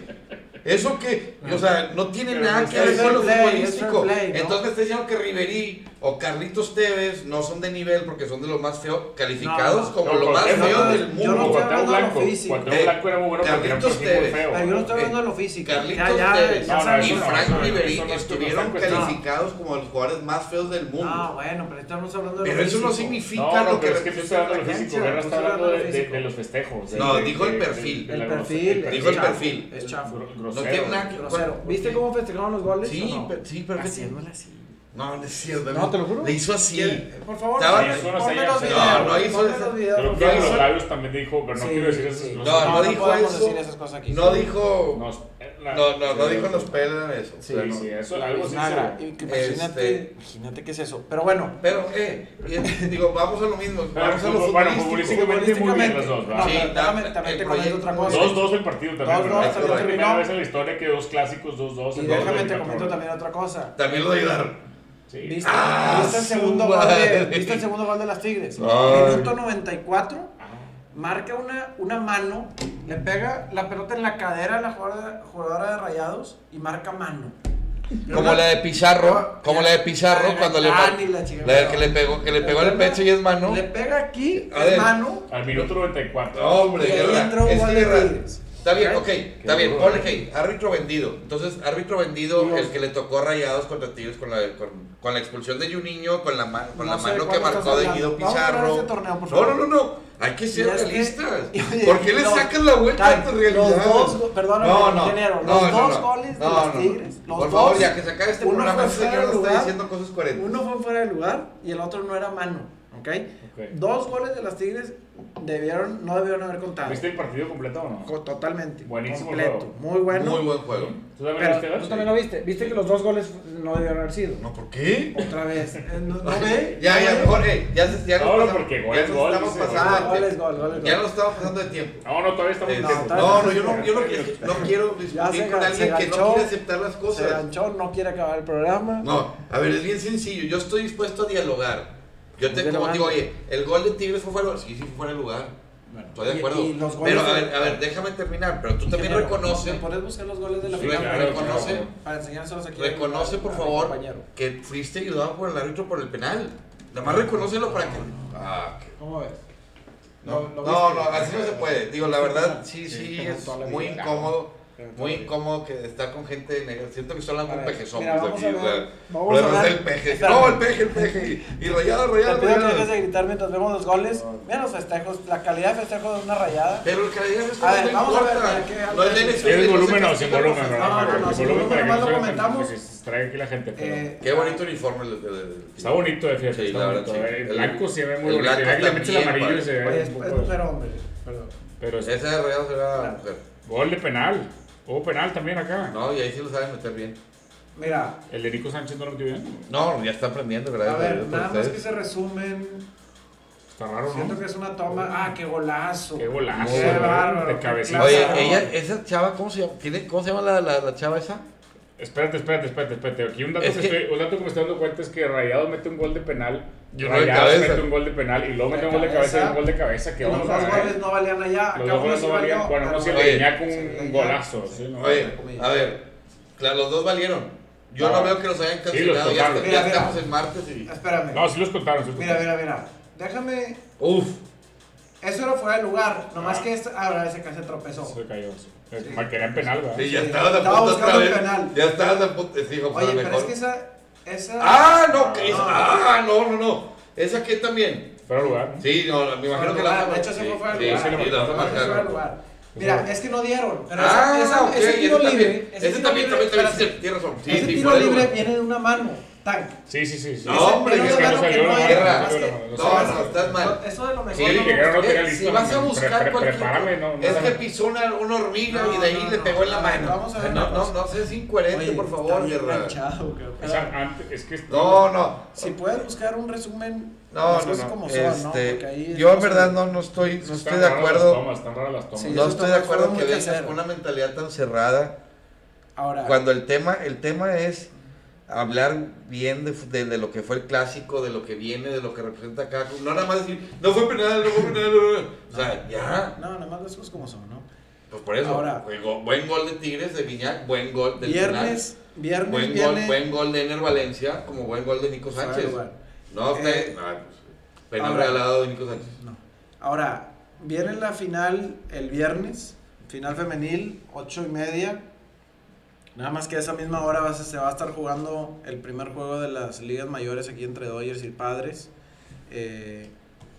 Speaker 3: ¿Eso qué? O sea, no tiene
Speaker 4: Pero
Speaker 3: nada
Speaker 4: es
Speaker 3: que ver con lo
Speaker 2: fair play, es
Speaker 3: futbolístico.
Speaker 2: fair play, ¿no?
Speaker 3: Entonces me estás diciendo que Riverí o Carlitos Tevez no son de nivel porque son de los más feos, calificados
Speaker 2: No,
Speaker 3: como
Speaker 4: no,
Speaker 3: lo más
Speaker 4: yo no-
Speaker 3: feo del
Speaker 2: yo
Speaker 3: mundo.
Speaker 2: no estoy
Speaker 4: Cuauhtémoc
Speaker 2: hablando de lo
Speaker 4: Blanco.
Speaker 2: físico.
Speaker 4: Cuauhtémoc
Speaker 3: Eh,
Speaker 4: Blanco era muy bueno, pero tenía un
Speaker 3: Carlitos
Speaker 4: perfil muy
Speaker 3: Tevez.
Speaker 4: feo.
Speaker 2: Ay, yo no estoy hablando de lo físico.
Speaker 3: eh, Carlitos
Speaker 2: ya, ya,
Speaker 3: Tevez
Speaker 2: ya
Speaker 4: No, no,
Speaker 2: sabemos.
Speaker 3: y
Speaker 4: eso no,
Speaker 3: Frank
Speaker 4: eso no,
Speaker 3: Ribery
Speaker 4: eso no es
Speaker 3: estuvieron
Speaker 4: cuestión.
Speaker 3: calificados como los jugadores más feos del
Speaker 2: No,
Speaker 3: mundo.
Speaker 2: bueno, pero estamos hablando de
Speaker 3: Pero
Speaker 2: lo
Speaker 3: eso no
Speaker 2: físico.
Speaker 3: significa
Speaker 4: No,
Speaker 3: lo
Speaker 4: no,
Speaker 3: que
Speaker 4: pero es que tú estás hablando de lo
Speaker 2: representa
Speaker 4: físico,
Speaker 2: la
Speaker 4: Guerra
Speaker 2: cancha,
Speaker 4: está hablando de,
Speaker 2: no
Speaker 4: de-
Speaker 2: físico.
Speaker 4: de los festejos. de-
Speaker 3: No,
Speaker 4: de-
Speaker 3: dijo el
Speaker 4: de-
Speaker 3: perfil.
Speaker 4: de-
Speaker 2: El
Speaker 4: de-
Speaker 2: perfil.
Speaker 3: Dijo el
Speaker 2: chafo,
Speaker 3: perfil.
Speaker 2: Es chafo.
Speaker 4: Gro- grosero.
Speaker 3: No tiene nada que
Speaker 2: Grosero.
Speaker 3: bueno,
Speaker 2: ¿Viste cómo festejaron los goles?
Speaker 3: Sí,
Speaker 2: o no?
Speaker 3: pe- sí, perfecto.
Speaker 2: Haciéndole así.
Speaker 3: No, no es cierto.
Speaker 2: No, te lo juro.
Speaker 3: Le hizo así.
Speaker 2: ¿Quién? Por favor,
Speaker 3: Estaba-
Speaker 2: ponme-
Speaker 4: Sí, eso no
Speaker 2: ponme
Speaker 4: se
Speaker 2: los
Speaker 4: llama-
Speaker 2: videos,
Speaker 3: No, no hizo
Speaker 2: ponme
Speaker 3: eso.
Speaker 2: los videos,
Speaker 4: Creo
Speaker 2: por
Speaker 4: que en los
Speaker 2: favor.
Speaker 4: labios también dijo, pero no
Speaker 2: Sí,
Speaker 4: quiero decir esas
Speaker 2: sí.
Speaker 3: No,
Speaker 4: cosas.
Speaker 3: no,
Speaker 2: no
Speaker 3: dijo
Speaker 2: podemos
Speaker 3: eso.
Speaker 2: decir esas cosas aquí.
Speaker 3: No dijo.
Speaker 4: No, eh, la-
Speaker 3: No, no, no
Speaker 4: sí,
Speaker 3: dijo en los pelos eso.
Speaker 4: Sí,
Speaker 3: Pero no.
Speaker 4: sí, eso
Speaker 2: La
Speaker 4: algo sí
Speaker 2: biznaga.
Speaker 4: se-
Speaker 2: Y que Imagínate,
Speaker 3: Este-
Speaker 2: imagínate qué es eso. Pero bueno,
Speaker 3: Pero, eh, eh, (laughs) digo, vamos a lo mismo.
Speaker 4: Claro,
Speaker 3: Vamos a lo
Speaker 4: fútbol- bueno,
Speaker 3: futbolístico.
Speaker 4: futbolísticamente muy bien las dos,
Speaker 2: No,
Speaker 4: ¿verdad?
Speaker 3: Sí,
Speaker 2: pero déjame-
Speaker 3: da-
Speaker 2: también
Speaker 3: el
Speaker 2: te comento
Speaker 3: proyecto-
Speaker 2: otra cosa.
Speaker 4: Dos, dos del partido también,
Speaker 2: Dos,
Speaker 4: ¿verdad?
Speaker 3: dos,
Speaker 4: Fue
Speaker 3: también
Speaker 4: la primera
Speaker 2: terminó.
Speaker 4: vez en la historia que dos clásicos, dos, dos.
Speaker 2: Y
Speaker 4: en dos
Speaker 2: déjame te
Speaker 4: 24
Speaker 2: comento
Speaker 4: horas.
Speaker 2: también otra cosa.
Speaker 3: También lo ayudaron.
Speaker 4: Sí.
Speaker 2: ¿Viste,
Speaker 3: Ah,
Speaker 2: viste el
Speaker 3: su
Speaker 2: segundo gol de,
Speaker 3: madre.
Speaker 2: ¿Viste el segundo gol de las Tigres?
Speaker 3: Ay.
Speaker 2: Minuto 94, marca una, una mano, le pega la pelota en la cadera a la jugadora, jugadora de Rayados y marca mano.
Speaker 3: Como la de Pizarro, como la de Pizarro
Speaker 2: Ah,
Speaker 3: cuando le
Speaker 2: ah,
Speaker 3: ma-
Speaker 2: ni la chingada.
Speaker 3: la del que le pegó, que le pegó en el
Speaker 2: pega-
Speaker 3: pecho y es mano.
Speaker 2: Le pega aquí,
Speaker 3: A
Speaker 2: es
Speaker 3: ver.
Speaker 2: mano.
Speaker 4: Al minuto 94.
Speaker 3: Hombre,
Speaker 2: Y ahí
Speaker 3: de verdad,
Speaker 2: entró un
Speaker 3: es
Speaker 2: gol
Speaker 3: que
Speaker 2: de
Speaker 3: de verdad.
Speaker 2: Tigres.
Speaker 3: Está bien,
Speaker 2: Ok.
Speaker 3: ok, está bien, ponle que árbitro vendido. Entonces, árbitro vendido, el que le tocó a rayados contra Tigres con la, con, con la expulsión de Juninho, con la, ma- con
Speaker 2: No
Speaker 3: la
Speaker 2: sé
Speaker 3: mano que
Speaker 2: cuándo estás
Speaker 3: marcó de
Speaker 2: hablando.
Speaker 3: Guido
Speaker 2: Vamos a hablar de
Speaker 3: Pizarro.
Speaker 2: este torneo, por
Speaker 3: no,
Speaker 2: favor.
Speaker 3: no, no, no, hay que
Speaker 2: Y
Speaker 3: ser
Speaker 2: es que-
Speaker 3: realistas.
Speaker 2: (laughs) y oye,
Speaker 3: ¿Por qué le
Speaker 2: los-
Speaker 3: sacan la vuelta
Speaker 2: Tan-
Speaker 3: a tu realidad?
Speaker 2: Los dos, go- perdóname,
Speaker 3: No, no,
Speaker 2: ingeniero,
Speaker 3: no,
Speaker 2: los
Speaker 3: no,
Speaker 2: dos
Speaker 3: no.
Speaker 2: goles de
Speaker 3: No,
Speaker 2: los
Speaker 3: no, no.
Speaker 2: Tigres. Los
Speaker 3: Por
Speaker 2: dos,
Speaker 3: favor, ya que se acabe este
Speaker 2: uno
Speaker 3: programa,
Speaker 2: fue
Speaker 3: este
Speaker 2: fuera
Speaker 3: señor
Speaker 2: de
Speaker 3: está
Speaker 2: lugar,
Speaker 3: diciendo cosas coherentes.
Speaker 2: Uno fue fuera de lugar y el otro no era mano, ¿ok?
Speaker 4: Ok.
Speaker 2: Dos goles de las Tigres debieron, no debieron haber contado.
Speaker 4: ¿Viste el partido completo o no?
Speaker 2: Co- Totalmente.
Speaker 4: Buenísimo
Speaker 2: completo.
Speaker 4: juego.
Speaker 2: Muy bueno.
Speaker 3: Muy buen juego.
Speaker 4: ¿Tú también
Speaker 2: Pero,
Speaker 4: lo viste,
Speaker 2: tú
Speaker 4: Gus?
Speaker 2: también lo viste. Viste que los dos goles no debieron haber sido.
Speaker 3: No, ¿por qué?
Speaker 2: Otra vez. Eh, No,
Speaker 3: (laughs)
Speaker 2: no ve.
Speaker 3: Ya,
Speaker 2: No
Speaker 3: ya,
Speaker 2: ve.
Speaker 3: mejor, eh, ya, se- ya nos
Speaker 4: No, no,
Speaker 3: pasamos-
Speaker 4: porque
Speaker 3: ya
Speaker 4: gol es
Speaker 3: nos
Speaker 4: gol,
Speaker 3: estamos
Speaker 4: dice,
Speaker 3: pasando de
Speaker 2: Gol es
Speaker 3: tiempo.
Speaker 2: gol, gol es
Speaker 3: Ya
Speaker 2: gol.
Speaker 3: nos estamos pasando de tiempo.
Speaker 4: No, no, todavía estamos en
Speaker 3: Este,
Speaker 4: tiempo.
Speaker 3: no, no, yo no, yo no, quiero- no quiero
Speaker 2: (laughs) Ya se
Speaker 3: discutir con
Speaker 2: gan- se
Speaker 3: alguien que no
Speaker 2: ganchó.
Speaker 3: quiere aceptar las
Speaker 2: Se
Speaker 3: cosas.
Speaker 2: ganchó, no quiere acabar el programa.
Speaker 3: No, a ver, es bien sencillo. Yo estoy dispuesto a dialogar. Yo te
Speaker 2: Estoy
Speaker 3: como te digo,
Speaker 2: dialogando.
Speaker 3: oye, el gol de Tigres fue fuera. Sí, sí, fue fuera de lugar. Estoy de
Speaker 2: Y-
Speaker 3: acuerdo.
Speaker 2: y los goles
Speaker 3: Pero a
Speaker 2: de-
Speaker 3: ver, a ver, déjame terminar. Pero tú también
Speaker 2: Ingeniero,
Speaker 3: reconoces,
Speaker 2: ¿me podés buscar los goles de la
Speaker 4: Sí,
Speaker 2: final?
Speaker 4: claro,
Speaker 3: reconoce,
Speaker 4: claro.
Speaker 2: Para enseñárselos aquí.
Speaker 3: reconoce
Speaker 2: a-
Speaker 3: por
Speaker 2: a mi
Speaker 3: favor
Speaker 2: compañero.
Speaker 3: que fuiste ayudado por el árbitro por el penal. Nada más reconócelo para que. Ah, que-
Speaker 2: ¿Cómo ves?
Speaker 3: No,
Speaker 2: ¿Lo- lo
Speaker 3: no, no,
Speaker 2: viste?
Speaker 3: así no se puede. Digo, la verdad, sí,
Speaker 2: Sí,
Speaker 3: sí,
Speaker 2: como
Speaker 3: es
Speaker 2: toda la
Speaker 3: muy
Speaker 2: vida.
Speaker 3: incómodo.
Speaker 2: Claro.
Speaker 3: Muy incómodo que estar con gente de negro. Siento que son las
Speaker 2: A ver,
Speaker 3: peje que somos
Speaker 2: mira, vamos
Speaker 3: aquí.
Speaker 2: a ver,
Speaker 3: o sea,
Speaker 2: vamos
Speaker 3: podemos
Speaker 2: a ver.
Speaker 3: ser el peje.
Speaker 2: Espera.
Speaker 3: No, el peje, el peje. Y rayado,
Speaker 2: Te
Speaker 3: rayado,
Speaker 2: pido que dejes
Speaker 3: rayado.
Speaker 2: de gritar mientras vemos los goles. Mira los festejos, la calidad de festejo de una rayada.
Speaker 3: Pero el que le digas es que
Speaker 2: A
Speaker 3: no
Speaker 2: ver,
Speaker 3: te
Speaker 2: vamos a ver,
Speaker 3: importa.
Speaker 2: ¿para qué?
Speaker 3: No es de NFL,
Speaker 4: ¿Tienes
Speaker 3: no se
Speaker 4: volumen o sin
Speaker 3: castiga
Speaker 4: volumen?
Speaker 3: los
Speaker 4: ¿verdad?
Speaker 2: no,
Speaker 4: Porque
Speaker 2: no,
Speaker 4: el
Speaker 2: sin
Speaker 4: volumen para
Speaker 2: volumen,
Speaker 4: que
Speaker 2: nomás
Speaker 4: no
Speaker 2: lo
Speaker 4: se haga tan-
Speaker 2: comentamos.
Speaker 4: que se distraiga aquí la gente. pero-
Speaker 2: Eh,
Speaker 3: Qué bonito uniforme. el de- de- de-
Speaker 4: Está bonito, eh, fíjate.
Speaker 3: Sí,
Speaker 4: está
Speaker 3: la verdad,
Speaker 4: bonito.
Speaker 3: sí.
Speaker 4: eh. El
Speaker 3: El-
Speaker 4: blanco se ve muy
Speaker 3: el
Speaker 4: bonito.
Speaker 3: blanco
Speaker 4: Ya que le metes el
Speaker 3: también,
Speaker 4: amarillo y se
Speaker 2: oye,
Speaker 4: ve
Speaker 2: es,
Speaker 4: un
Speaker 2: es
Speaker 4: poco.
Speaker 2: mujer o hombre. Perdón.
Speaker 4: Pero es-
Speaker 3: Ese de rayado será mujer.
Speaker 4: gol de penal. Hubo penal también acá.
Speaker 3: No, y ahí sí lo saben meter bien.
Speaker 2: Mira,
Speaker 4: El de Nico Sánchez no lo metió bien.
Speaker 3: No, ya está aprendiendo, gracias
Speaker 2: a ver,
Speaker 3: Dios por
Speaker 2: nada más que
Speaker 3: ustedes.
Speaker 2: se resumen.
Speaker 4: Está raro,
Speaker 2: Siento que
Speaker 4: ¿no?
Speaker 2: es una toma. Ah, qué golazo.
Speaker 4: Qué golazo.
Speaker 3: Muy
Speaker 4: ¿verdad?
Speaker 2: bárbaro,
Speaker 4: De
Speaker 2: qué
Speaker 4: cabecita.
Speaker 3: Oye,
Speaker 2: Claro.
Speaker 3: ella, esa chava, ¿cómo se llama? ¿Tiene- ¿Cómo se llama la, la, la chava esa?
Speaker 4: Espérate, espérate, espérate, espérate. Aquí un dato,
Speaker 3: Es
Speaker 4: que
Speaker 3: que-
Speaker 4: Estoy, un dato que me estoy dando cuenta es que Rayado mete un gol de penal.
Speaker 3: Y uno de
Speaker 4: Rayado
Speaker 3: cabeza.
Speaker 4: mete un gol de penal y luego
Speaker 2: De
Speaker 4: mete un gol de cabeza y
Speaker 2: cabeza.
Speaker 4: un gol de cabeza. Que
Speaker 2: Y los
Speaker 4: vamos a
Speaker 2: dos goles
Speaker 4: ver.
Speaker 2: no valían allá.
Speaker 4: ¿eh? Los
Speaker 2: acá
Speaker 4: dos
Speaker 2: uno
Speaker 4: goles
Speaker 2: sí
Speaker 4: no valían.
Speaker 2: valió,
Speaker 4: Bueno, no
Speaker 2: pero-
Speaker 4: se
Speaker 3: Oye,
Speaker 4: leña con
Speaker 2: se
Speaker 4: un
Speaker 2: leña.
Speaker 4: golazo. sí, ¿no?
Speaker 3: Oye, a ver, claro, los dos valieron. Yo
Speaker 4: No.
Speaker 3: no, veo que los hayan
Speaker 4: Sí, los
Speaker 3: cancelado. ya está-
Speaker 4: tocaron.
Speaker 2: Ah. Mira,
Speaker 3: ya
Speaker 2: mira.
Speaker 3: estamos en martes y.
Speaker 2: Espérame.
Speaker 4: No, sí los contaron. sí los
Speaker 2: Mira,
Speaker 4: contaron.
Speaker 2: mira, mira. Déjame.
Speaker 3: Uf,
Speaker 2: Eso era fuera de lugar. Nomás
Speaker 4: Ah.
Speaker 2: que esta- ahora ese casi tropezó.
Speaker 4: Se cayó. sí. Marcaría en penal, ¿verdad?
Speaker 3: sí, ya
Speaker 2: Sí,
Speaker 3: estabas a
Speaker 2: estaba
Speaker 3: punto otra
Speaker 2: buscando el
Speaker 3: vez.
Speaker 2: penal.
Speaker 3: Ya estabas a punto. Sí, hijo,
Speaker 2: Oye,
Speaker 3: para
Speaker 2: pero es
Speaker 3: mejor.
Speaker 2: que esa. esa
Speaker 3: Ah, no, que es-
Speaker 2: No.
Speaker 3: ah, no, no, no. Esa que también.
Speaker 4: Fuera de lugar. ¿no?
Speaker 3: Sí, no, me imagino
Speaker 2: fuera
Speaker 3: que
Speaker 2: de
Speaker 3: la
Speaker 2: lugar, De hecho, se
Speaker 3: sí,
Speaker 2: fue fuera
Speaker 3: sí,
Speaker 2: de lugar.
Speaker 3: sí, la
Speaker 2: Se fue
Speaker 3: vamos a
Speaker 2: fuera de
Speaker 3: marcar.
Speaker 2: lugar. Mira, es que no dieron. Pero
Speaker 3: Ah,
Speaker 2: esa, esa-
Speaker 3: ok,
Speaker 2: ese tiro
Speaker 3: ese
Speaker 2: libre.
Speaker 3: también.
Speaker 2: ese
Speaker 3: Ese
Speaker 2: tiro libre-
Speaker 3: también, también, también,
Speaker 2: espérate.
Speaker 3: sí, tienes razón. Sí,
Speaker 2: Ese
Speaker 3: sí,
Speaker 2: tiro
Speaker 3: fuera de
Speaker 2: libre
Speaker 3: lugar.
Speaker 2: viene de una mano. Tank.
Speaker 4: Sí, sí, sí. sí.
Speaker 3: No, hombre,
Speaker 2: Ese-
Speaker 3: es
Speaker 2: era
Speaker 3: que
Speaker 2: una
Speaker 3: no
Speaker 2: mano
Speaker 4: salió, no,
Speaker 2: era,
Speaker 3: guerra.
Speaker 2: más que-
Speaker 4: No,
Speaker 3: No, no, estás mal.
Speaker 2: Eso de lo mejor.
Speaker 4: Sí, llegaron los
Speaker 3: Eh,
Speaker 4: penalistas.
Speaker 3: si vas a
Speaker 4: Pre-
Speaker 3: buscar
Speaker 4: pre-
Speaker 3: cualquier
Speaker 4: prepárame, no, no
Speaker 3: es
Speaker 4: la-
Speaker 3: que pisó una, una hormiga
Speaker 2: No,
Speaker 3: y de ahí
Speaker 2: no,
Speaker 3: le
Speaker 2: no.
Speaker 3: pegó en la
Speaker 2: A ver,
Speaker 3: mano.
Speaker 2: vamos a ver
Speaker 3: No,
Speaker 2: una
Speaker 3: no,
Speaker 2: cosa.
Speaker 3: no seas incoherente,
Speaker 2: Oye,
Speaker 3: por
Speaker 2: está
Speaker 3: favor,
Speaker 2: bien
Speaker 3: Guerra.
Speaker 2: manchado, cabrón.
Speaker 4: O sea,
Speaker 3: ah.
Speaker 4: antes, es que.
Speaker 3: No, no.
Speaker 2: Si puedes buscar un resumen,
Speaker 3: No,
Speaker 2: las
Speaker 3: no,
Speaker 2: cosas
Speaker 3: no.
Speaker 2: como son, Pues ¿no? Porque
Speaker 3: Este,
Speaker 2: ahí es
Speaker 3: yo en
Speaker 2: cosa-
Speaker 3: verdad no, no estoy, no
Speaker 4: Están
Speaker 3: estoy de
Speaker 4: raras las
Speaker 3: acuerdo.
Speaker 4: tomas, Están raras las tomas.
Speaker 2: Sí,
Speaker 3: No
Speaker 2: eso
Speaker 3: estoy de
Speaker 2: está-
Speaker 3: acuerdo
Speaker 2: fue
Speaker 3: que
Speaker 2: muy
Speaker 3: vengas
Speaker 2: casero.
Speaker 3: con una mentalidad tan cerrada.
Speaker 2: Ahora,
Speaker 3: Cuando el tema, el tema es hablar bien de, fu- de- de lo que fue el clásico, de lo que viene, de lo que representa cada club. No nada más decir, no fue penal, no fue penal. no, no". O sea, ya.
Speaker 2: ah, no, nada más las cosas como son, ¿no?
Speaker 3: Pues por eso.
Speaker 2: Ahora-
Speaker 3: buen go- buen gol de Tigres, de Viñac, buen gol del
Speaker 2: Viernes,
Speaker 3: penal.
Speaker 2: viernes
Speaker 3: Buen
Speaker 2: viene-
Speaker 3: gol, buen gol de Ener Valencia, como buen gol de Nico
Speaker 2: Fuera de
Speaker 3: Sánchez.
Speaker 2: lugar.
Speaker 3: No,
Speaker 2: Eh,
Speaker 3: te- ah, pues, penal
Speaker 2: ahora-
Speaker 3: regalado de Nico Sánchez.
Speaker 2: No. Ahora, viene la final el viernes, final femenil, ocho y media. Nada más que a esa misma hora va a- se va a estar jugando el primer juego de las ligas mayores aquí entre Dodgers y Padres. Eh,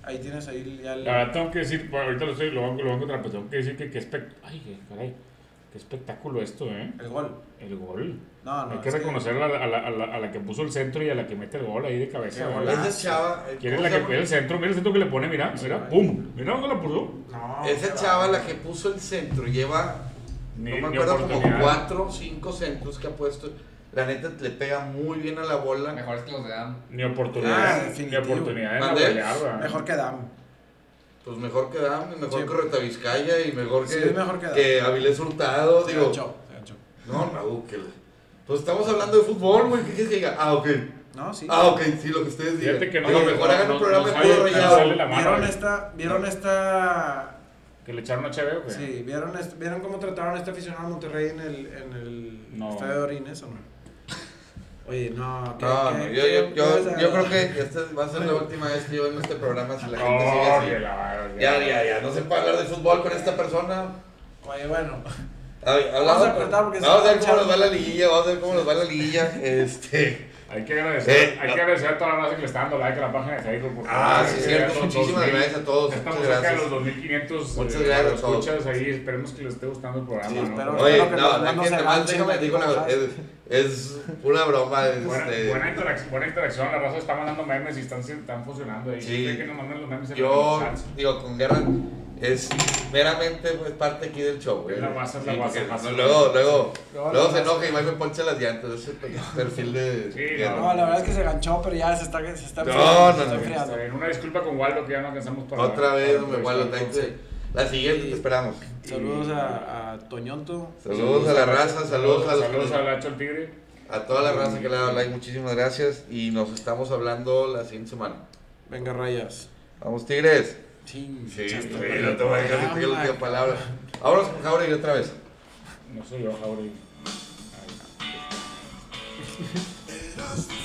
Speaker 2: ahí tienes ahí ya el...
Speaker 4: La verdad tengo que decir, bueno, ahorita lo estoy, lo van, lo van contra, pero tengo que decir que qué espect- ay, qué- caray, qué espectáculo esto, ¿eh?
Speaker 2: El gol.
Speaker 4: El gol.
Speaker 2: No, no.
Speaker 4: Hay que
Speaker 2: es que-
Speaker 4: reconocer a la, a la- a la- a la que puso el centro y a la que mete el gol ahí de cabeza.
Speaker 2: Qué
Speaker 4: ¿verdad?
Speaker 2: golazo.
Speaker 3: Esa chava. eh,
Speaker 4: ¿Quién es
Speaker 3: ¿cómo
Speaker 4: la
Speaker 3: se
Speaker 4: que
Speaker 3: llama?
Speaker 4: pone el centro? Mira el centro que le pone, mira, mira, pum, mira cómo la puso.
Speaker 2: No,
Speaker 3: Esa chava, la que puso el centro, lleva,
Speaker 4: Ni-
Speaker 3: no me
Speaker 4: ni
Speaker 3: acuerdo, como
Speaker 4: oportunidad.
Speaker 3: 4 o 5 centros que ha puesto. La neta le pega muy bien a la bola.
Speaker 8: Mejores que los de Adam.
Speaker 4: Ni
Speaker 2: Ah,
Speaker 4: oportunidad, ni
Speaker 2: definitivo.
Speaker 4: oportunidad de la
Speaker 3: ¿Mandé?
Speaker 4: goleada.
Speaker 2: Mejor que Dam.
Speaker 3: Pues mejor que Dame, mejor
Speaker 2: Sí.
Speaker 3: que Reta Vizcaya y mejor
Speaker 2: Sí,
Speaker 3: que,
Speaker 2: es mejor que Dam.
Speaker 3: Avilés Hurtado.
Speaker 2: Se
Speaker 3: digo,
Speaker 2: ganchó, se ganchó.
Speaker 3: no, no, que la- Pues estamos hablando de fútbol, güey. ¿Qué quieres que diga? Ah, ok.
Speaker 2: No, sí.
Speaker 3: Ah, ok, sí, lo que ustedes digan.
Speaker 4: Fíjate que no,
Speaker 3: Digo,
Speaker 4: no,
Speaker 3: mejor
Speaker 4: no,
Speaker 3: hagan
Speaker 4: no,
Speaker 3: un programa
Speaker 4: no
Speaker 3: de todo
Speaker 4: sale- no
Speaker 3: rayado.
Speaker 4: sale la mano,
Speaker 2: ¿Vieron
Speaker 4: güey.
Speaker 2: esta? ¿Vieron esta?
Speaker 4: Que le echaron a Cheve, güey.
Speaker 2: Sí, ¿vieron, est- ¿vieron cómo trataron a este aficionado a Monterrey en el, en el
Speaker 4: No.
Speaker 2: estadio de Orines o no? Oye, no, ¿qué-
Speaker 3: No, no,
Speaker 2: qué-
Speaker 3: yo,
Speaker 2: qué-
Speaker 3: yo,
Speaker 2: qué
Speaker 3: yo,
Speaker 2: vas a-
Speaker 3: yo creo que esta va a ser la última vez que yo vengo a este programa si la gente sigue
Speaker 4: Oh,
Speaker 3: así.
Speaker 4: que la-
Speaker 3: Ya, ya, ya, no se puede hablar de fútbol con esta persona.
Speaker 2: Oye, bueno.
Speaker 3: Ay,
Speaker 2: Vamos
Speaker 3: hablamos-
Speaker 2: a cortar porque se
Speaker 3: vamos a ver
Speaker 2: está
Speaker 3: cómo nos va
Speaker 2: echando.
Speaker 3: la liguilla, vamos a ver cómo nos va la liguilla.
Speaker 4: (laughs)
Speaker 3: Este.
Speaker 4: Hay que agradecer,
Speaker 3: Eh,
Speaker 4: hay
Speaker 3: no.
Speaker 4: que agradecer a toda la raza que le está dando like a la página de Facebook. por favor.
Speaker 3: Ah, sí,
Speaker 4: Que
Speaker 3: es cierto.
Speaker 4: ya son
Speaker 3: Muchísimas
Speaker 4: 2000.
Speaker 3: gracias a todos.
Speaker 4: Estamos
Speaker 3: Muchas
Speaker 4: cerca de
Speaker 3: gracias.
Speaker 4: los 2500
Speaker 3: Muchas
Speaker 4: eh,
Speaker 3: gracias a todos.
Speaker 4: escuchas ahí. Esperemos que les esté gustando el programa.
Speaker 2: Sí,
Speaker 4: ¿no?
Speaker 2: espero.
Speaker 3: Oye,
Speaker 2: espero que
Speaker 3: no,
Speaker 2: los
Speaker 3: no,
Speaker 2: manos
Speaker 3: que
Speaker 2: se
Speaker 3: nada más
Speaker 2: ganchen,
Speaker 3: déjame te digo una cosa.
Speaker 2: cosas.
Speaker 3: Es, es una broma.
Speaker 4: Buena,
Speaker 3: Este,
Speaker 4: buena, interacción, buena interacción, la raza está mandando memes y están, están funcionando ahí.
Speaker 3: Sí.
Speaker 4: Siempre que nos mandan los memes en
Speaker 3: yo,
Speaker 4: la chat.
Speaker 3: digo, con guerra es meramente pues, parte aquí del show. güey.
Speaker 4: Es la guasa, es la
Speaker 3: Sí,
Speaker 4: guasa,
Speaker 3: porque
Speaker 4: guasa.
Speaker 3: Luego, luego,
Speaker 2: Luego la
Speaker 3: luego se
Speaker 2: guasa.
Speaker 3: enoja y va y me poncha las llantas. Ese perfil de.
Speaker 4: Sí,
Speaker 3: guerra.
Speaker 2: No, la verdad es que se ganchó, pero ya se está, se está
Speaker 3: No,
Speaker 2: enfriando, se
Speaker 3: no,
Speaker 2: está
Speaker 3: no.
Speaker 2: enfriando.
Speaker 4: Está bien, Este, Una disculpa con Waldo que ya no alcanzamos para
Speaker 3: Otra vez,
Speaker 4: para
Speaker 3: me guardo.
Speaker 4: entrevistarlo.
Speaker 3: La siguiente te esperamos.
Speaker 2: Saludos a, a Toñonto.
Speaker 3: Saludos a la raza, saludos a los
Speaker 4: saludos a Lacho el Tigre.
Speaker 3: A toda la raza que le ha dado like, muchísimas gracias. Y nos estamos hablando la siguiente semana.
Speaker 2: Venga, rayas.
Speaker 3: Vamos, Tigres.
Speaker 2: Sí,
Speaker 3: no te voy a dejar que te diga la última palabra. Ahora con Jauregui otra vez.
Speaker 4: No soy yo, Jauregui.
Speaker 9: Eras